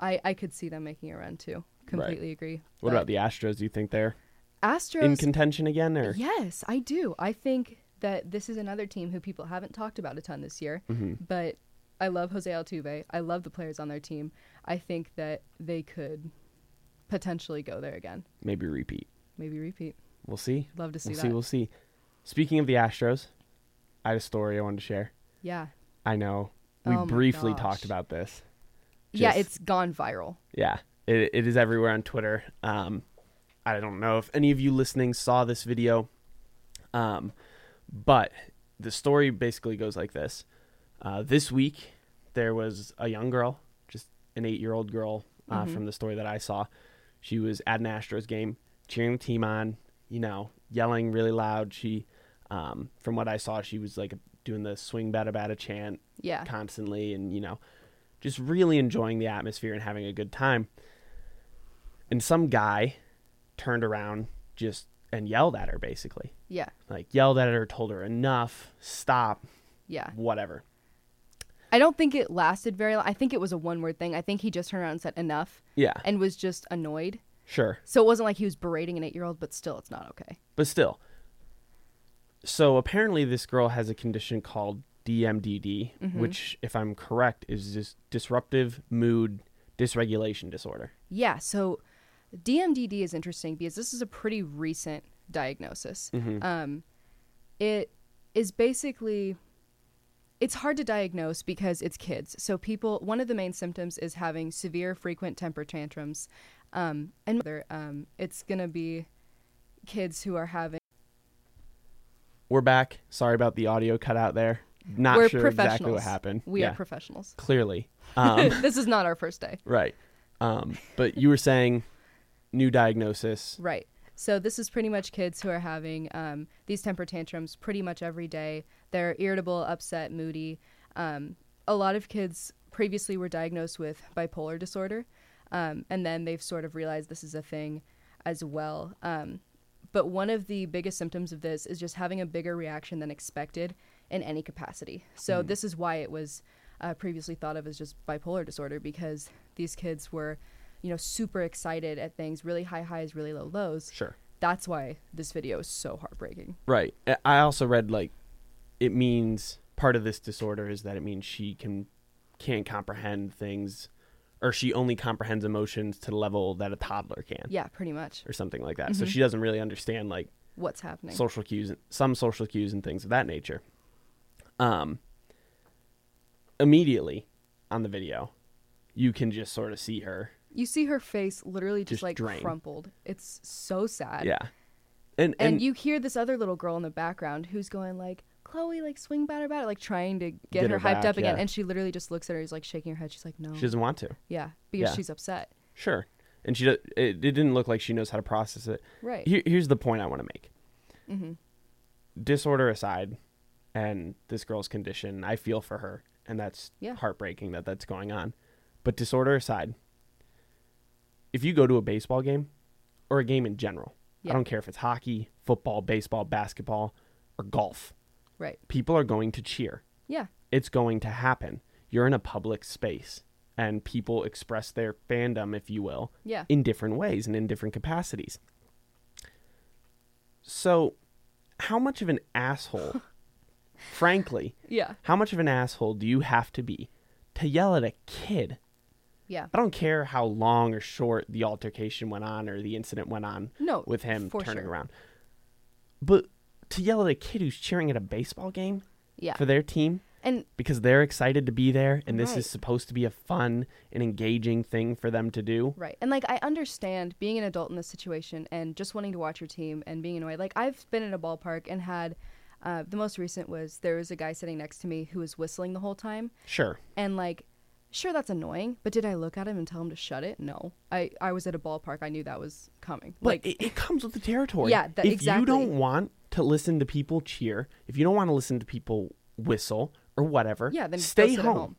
[SPEAKER 2] I I could see them making a run too. Completely agree.
[SPEAKER 1] What
[SPEAKER 2] But
[SPEAKER 1] about the Astros? Do you think they're
[SPEAKER 2] Astros?
[SPEAKER 1] in contention again or
[SPEAKER 2] Yes, I do. I think that this is another team who people haven't talked about a ton this year,
[SPEAKER 1] Mm-hmm.
[SPEAKER 2] but I love Jose Altuve. I love the players on their team. I think that they could potentially go there again,
[SPEAKER 1] maybe repeat?
[SPEAKER 2] maybe repeat.
[SPEAKER 1] We'll see.
[SPEAKER 2] Love to see
[SPEAKER 1] we'll
[SPEAKER 2] that.
[SPEAKER 1] see. We'll see. Speaking of the Astros, I had a story I wanted to share.
[SPEAKER 2] Yeah,
[SPEAKER 1] I know we
[SPEAKER 2] Oh my
[SPEAKER 1] briefly
[SPEAKER 2] gosh.
[SPEAKER 1] talked about this.
[SPEAKER 2] yeah,
[SPEAKER 1] Just-
[SPEAKER 2] it's gone viral.
[SPEAKER 1] Yeah, it, it is everywhere on Twitter. Um, I don't know if any of you listening saw this video, um, but the story basically goes like this: uh, This week, there was a young girl, just an eight-year-old girl, uh, from the story that I saw. She was at an Astros game, cheering the team on. You know, yelling really loud. She, um, from what I saw, she was like doing the swing bada bada chant
[SPEAKER 2] Yeah,
[SPEAKER 1] constantly and you know just really enjoying the atmosphere and having a good time and some guy turned around just and yelled at her basically
[SPEAKER 2] yeah,
[SPEAKER 1] like yelled at her told her enough stop
[SPEAKER 2] yeah.
[SPEAKER 1] whatever
[SPEAKER 2] I don't think it lasted very long. I think it was a one word thing. I think he just turned around and said enough
[SPEAKER 1] yeah
[SPEAKER 2] and was just annoyed.
[SPEAKER 1] sure
[SPEAKER 2] So it wasn't like he was berating an eight year old, but still, it's not okay.
[SPEAKER 1] but still so apparently this girl has a condition called DMDD
[SPEAKER 2] Mm-hmm.
[SPEAKER 1] which if i'm correct is this disruptive mood dysregulation disorder
[SPEAKER 2] Yeah, so DMDD is interesting because this is a pretty recent diagnosis. Um, it is basically it's hard to diagnose because it's kids. So people, one of the main symptoms is having severe, frequent temper tantrums, um, and whether, um, it's gonna be kids who are having.
[SPEAKER 1] we're back sorry about the audio cutout there not
[SPEAKER 2] we're
[SPEAKER 1] sure
[SPEAKER 2] professionals.
[SPEAKER 1] exactly what happened
[SPEAKER 2] We
[SPEAKER 1] Yeah.
[SPEAKER 2] are professionals.
[SPEAKER 1] clearly. Um,
[SPEAKER 2] this is not our first day.
[SPEAKER 1] right. Um, but you were saying new diagnosis.
[SPEAKER 2] Right. So this is pretty much kids who are having um, these temper tantrums pretty much every day. They're irritable, upset, moody. Um, a lot of kids previously were diagnosed with bipolar disorder, um, and then they've sort of realized this is a thing as well. Um, but one of the biggest symptoms of this is just having a bigger reaction than expected in any capacity. So
[SPEAKER 1] Mm-hmm.
[SPEAKER 2] this is why it was uh, previously thought of as just bipolar disorder because these kids were, you know, super excited at things, really high highs, really low lows.
[SPEAKER 1] Sure.
[SPEAKER 2] That's why this video is so heartbreaking.
[SPEAKER 1] Right. I- I also read like it means part of this disorder is that it means she can can't comprehend things, or she only comprehends emotions to the level that a toddler can,
[SPEAKER 2] Yeah, pretty much.
[SPEAKER 1] or something like that. So she doesn't really understand like
[SPEAKER 2] What's happening?
[SPEAKER 1] social cues, some social cues, and things of that nature. Um, immediately on the video, you can just sort of see her
[SPEAKER 2] you see her face literally just,
[SPEAKER 1] Just
[SPEAKER 2] like
[SPEAKER 1] drain.
[SPEAKER 2] crumpled. It's so sad.
[SPEAKER 1] Yeah. And
[SPEAKER 2] And,
[SPEAKER 1] and,
[SPEAKER 2] you hear this other little girl in the background who's going like, Chloe, like swing batter batter, like trying to get,
[SPEAKER 1] Get
[SPEAKER 2] her,
[SPEAKER 1] her
[SPEAKER 2] hyped
[SPEAKER 1] back,
[SPEAKER 2] up again.
[SPEAKER 1] yeah.
[SPEAKER 2] And she literally just looks at her, is like shaking her head. She's like, No.
[SPEAKER 1] she doesn't want to.
[SPEAKER 2] yeah. Because
[SPEAKER 1] yeah.
[SPEAKER 2] she's upset.
[SPEAKER 1] Sure. And she do- it, it didn't look like she knows how to process it.
[SPEAKER 2] Right. Mm-hmm.
[SPEAKER 1] Here, here's the point I want to make. Disorder aside, and this girl's condition, I feel for her, and that's
[SPEAKER 2] Yeah.
[SPEAKER 1] heartbreaking that that's going on. But disorder aside, if you go to a baseball game or a game in general,
[SPEAKER 2] Yeah.
[SPEAKER 1] I don't care if it's hockey, football, baseball, basketball, or golf,
[SPEAKER 2] Right.
[SPEAKER 1] people are going to cheer.
[SPEAKER 2] Yeah.
[SPEAKER 1] it's going to happen. You're in a public space, and people express their fandom, if you will,
[SPEAKER 2] Yeah.
[SPEAKER 1] in different ways and in different capacities. So, how much of an asshole, frankly,
[SPEAKER 2] Yeah.
[SPEAKER 1] how much of an asshole do you have to be to yell at a kid
[SPEAKER 2] Yeah.
[SPEAKER 1] I don't care how long or short the altercation went on or the incident went on
[SPEAKER 2] No.
[SPEAKER 1] with him
[SPEAKER 2] for
[SPEAKER 1] turning
[SPEAKER 2] sure.
[SPEAKER 1] around. But to yell at a kid who's cheering at a baseball game
[SPEAKER 2] Yeah.
[SPEAKER 1] for their team
[SPEAKER 2] And
[SPEAKER 1] because they're excited to be there and this
[SPEAKER 2] Right.
[SPEAKER 1] is supposed to be a fun and engaging thing for them to do.
[SPEAKER 2] Right. And like I understand being an adult in this situation and just wanting to watch your team and being annoyed. Like I've been in a ballpark and had uh, the most recent was there was a guy sitting next to me who was whistling the whole time
[SPEAKER 1] Sure.
[SPEAKER 2] and like sure that's annoying, but did I look at him and tell him to shut it? No. I I was at a ballpark. I knew that was coming.
[SPEAKER 1] But
[SPEAKER 2] like
[SPEAKER 1] it, it comes with the territory.
[SPEAKER 2] Yeah,
[SPEAKER 1] if
[SPEAKER 2] that-
[SPEAKER 1] you
[SPEAKER 2] exactly.
[SPEAKER 1] don't want to listen to people cheer, if you don't want to listen to people whistle or whatever,
[SPEAKER 2] yeah, then go
[SPEAKER 1] stay
[SPEAKER 2] sit at
[SPEAKER 1] home.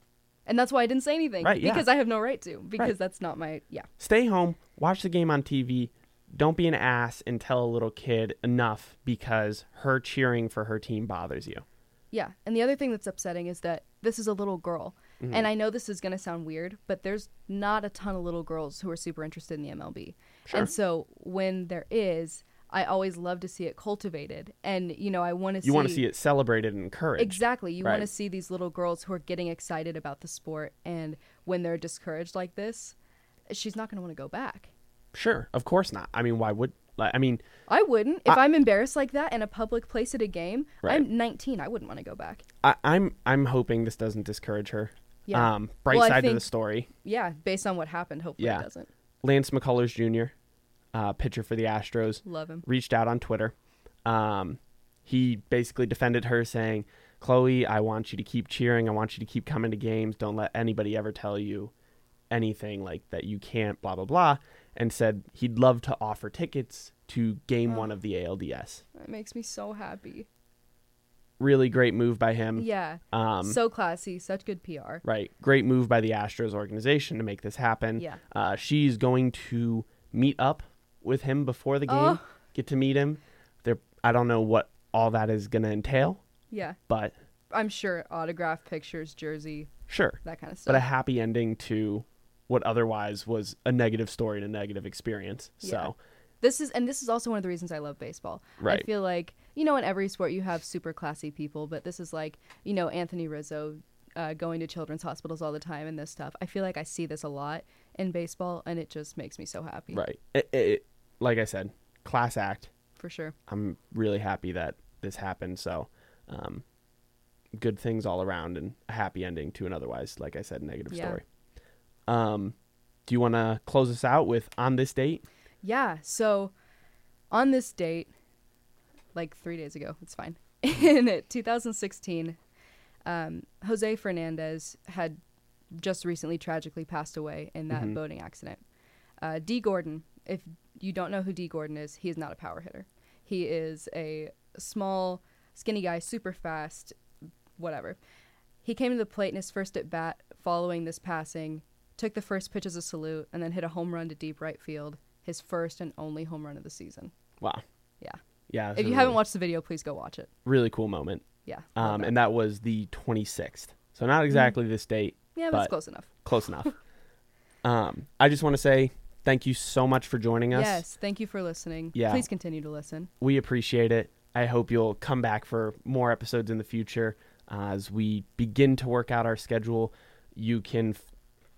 [SPEAKER 2] And that's why I didn't say anything
[SPEAKER 1] Right, yeah.
[SPEAKER 2] because I have no right to because that's not my yeah.
[SPEAKER 1] Stay home, watch the game on TV. Don't be an ass and tell a little kid enough because her cheering for her team bothers you.
[SPEAKER 2] Yeah. And the other thing that's upsetting is that this is a little girl.
[SPEAKER 1] Mm-hmm.
[SPEAKER 2] And I know this is going to sound weird, but there's not a ton of little girls who are super interested in the MLB.
[SPEAKER 1] Sure.
[SPEAKER 2] And so when there is, I always love to see it cultivated. And, you know, I want to see.
[SPEAKER 1] You want to see it celebrated and encouraged.
[SPEAKER 2] Exactly. You want to
[SPEAKER 1] Right.
[SPEAKER 2] see these little girls who are getting excited about the sport. And when they're discouraged like this, she's not going to want to go back.
[SPEAKER 1] Sure, of course not. I mean, why would? Like, I mean,
[SPEAKER 2] I wouldn't. If I, am embarrassed like that in a public place at a game,
[SPEAKER 1] Right.
[SPEAKER 2] I'm 19. I wouldn't want to go back.
[SPEAKER 1] I, I'm I'm hoping this doesn't discourage her.
[SPEAKER 2] Yeah.
[SPEAKER 1] Um, bright
[SPEAKER 2] Well, I
[SPEAKER 1] side to the
[SPEAKER 2] think-
[SPEAKER 1] story.
[SPEAKER 2] Yeah. Based on what happened, hopefully
[SPEAKER 1] Yeah.
[SPEAKER 2] it doesn't.
[SPEAKER 1] Lance McCullers Jr., uh, pitcher for the Astros,
[SPEAKER 2] Love him.
[SPEAKER 1] reached out on Twitter. Um, he basically defended her, saying, "Chloe, I want you to keep cheering. I want you to keep coming to games. Don't let anybody ever tell you anything like that you can't." Blah blah blah, and said he'd love to offer tickets to
[SPEAKER 2] Oh.
[SPEAKER 1] Game One of the ALDS.
[SPEAKER 2] That makes me so happy.
[SPEAKER 1] Really great move by him.
[SPEAKER 2] Yeah.
[SPEAKER 1] Um,
[SPEAKER 2] so classy, such good PR.
[SPEAKER 1] Right. Great move by the Astros organization to make this happen.
[SPEAKER 2] Yeah.
[SPEAKER 1] Uh, she's going to meet up with him before the game,
[SPEAKER 2] Oh.
[SPEAKER 1] get to meet him. They're, I don't know what all that is going to entail,
[SPEAKER 2] Yeah.
[SPEAKER 1] but
[SPEAKER 2] I'm sure autograph pictures, jersey,
[SPEAKER 1] sure.
[SPEAKER 2] that kind of stuff.
[SPEAKER 1] But a happy ending to what otherwise was a negative story and a negative experience. So,
[SPEAKER 2] this is and this is also one of the reasons I love baseball.
[SPEAKER 1] Right.
[SPEAKER 2] I feel like, you know, in every sport you have super classy people, but this is like, you know, Anthony Rizzo uh, going to children's hospitals all the time and this stuff. I feel like I see this a lot in baseball and it just makes me so happy.
[SPEAKER 1] right. It- it- like I said, class act.
[SPEAKER 2] For sure.
[SPEAKER 1] I'm really happy that this happened. So, um, good things all around and a happy ending to an otherwise, like I said, negative
[SPEAKER 2] Yeah.
[SPEAKER 1] story. Um, do you want to close us out with on this date?
[SPEAKER 2] Yeah. So on this date, like three days ago, it's fine. In 2016, um, Jose Fernandez had just recently tragically passed away in that boating accident. Uh, D. Gordon, if you don't know who D. Gordon is, he is not a power hitter. He is a small, skinny guy, super fast, whatever. He came to the plate in his first at bat following this passing, took the first pitch as a salute, and then hit a home run to deep right field, his first and only home run of the season.
[SPEAKER 1] Wow.
[SPEAKER 2] Yeah.
[SPEAKER 1] Yeah. it's
[SPEAKER 2] If
[SPEAKER 1] a
[SPEAKER 2] you haven't
[SPEAKER 1] really-
[SPEAKER 2] watched the video, please go watch it.
[SPEAKER 1] really cool moment.
[SPEAKER 2] Yeah. love
[SPEAKER 1] Um,
[SPEAKER 2] that.
[SPEAKER 1] and that was the 26th. So
[SPEAKER 2] Mm.
[SPEAKER 1] not exactly this date,
[SPEAKER 2] yeah, but it's
[SPEAKER 1] but-
[SPEAKER 2] close enough.
[SPEAKER 1] close enough. um, I just want to say thank you so much for joining us.
[SPEAKER 2] Yes. Thank you for listening.
[SPEAKER 1] Yeah.
[SPEAKER 2] Please continue to listen.
[SPEAKER 1] we appreciate it. I hope you'll come back for more episodes in the future uh, as we begin to work out our schedule. You can, f-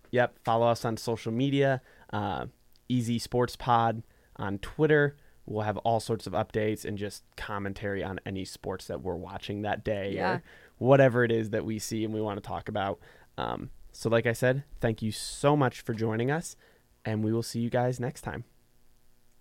[SPEAKER 1] yep, follow us on social media, uh, Easy Sports Pod on Twitter. We'll have all sorts of updates and just commentary on any sports that we're watching that day
[SPEAKER 2] Yeah.
[SPEAKER 1] or whatever it is that we see and we want to talk about. Um, so, like I said, thank you so much for joining us, and we will see you guys next time.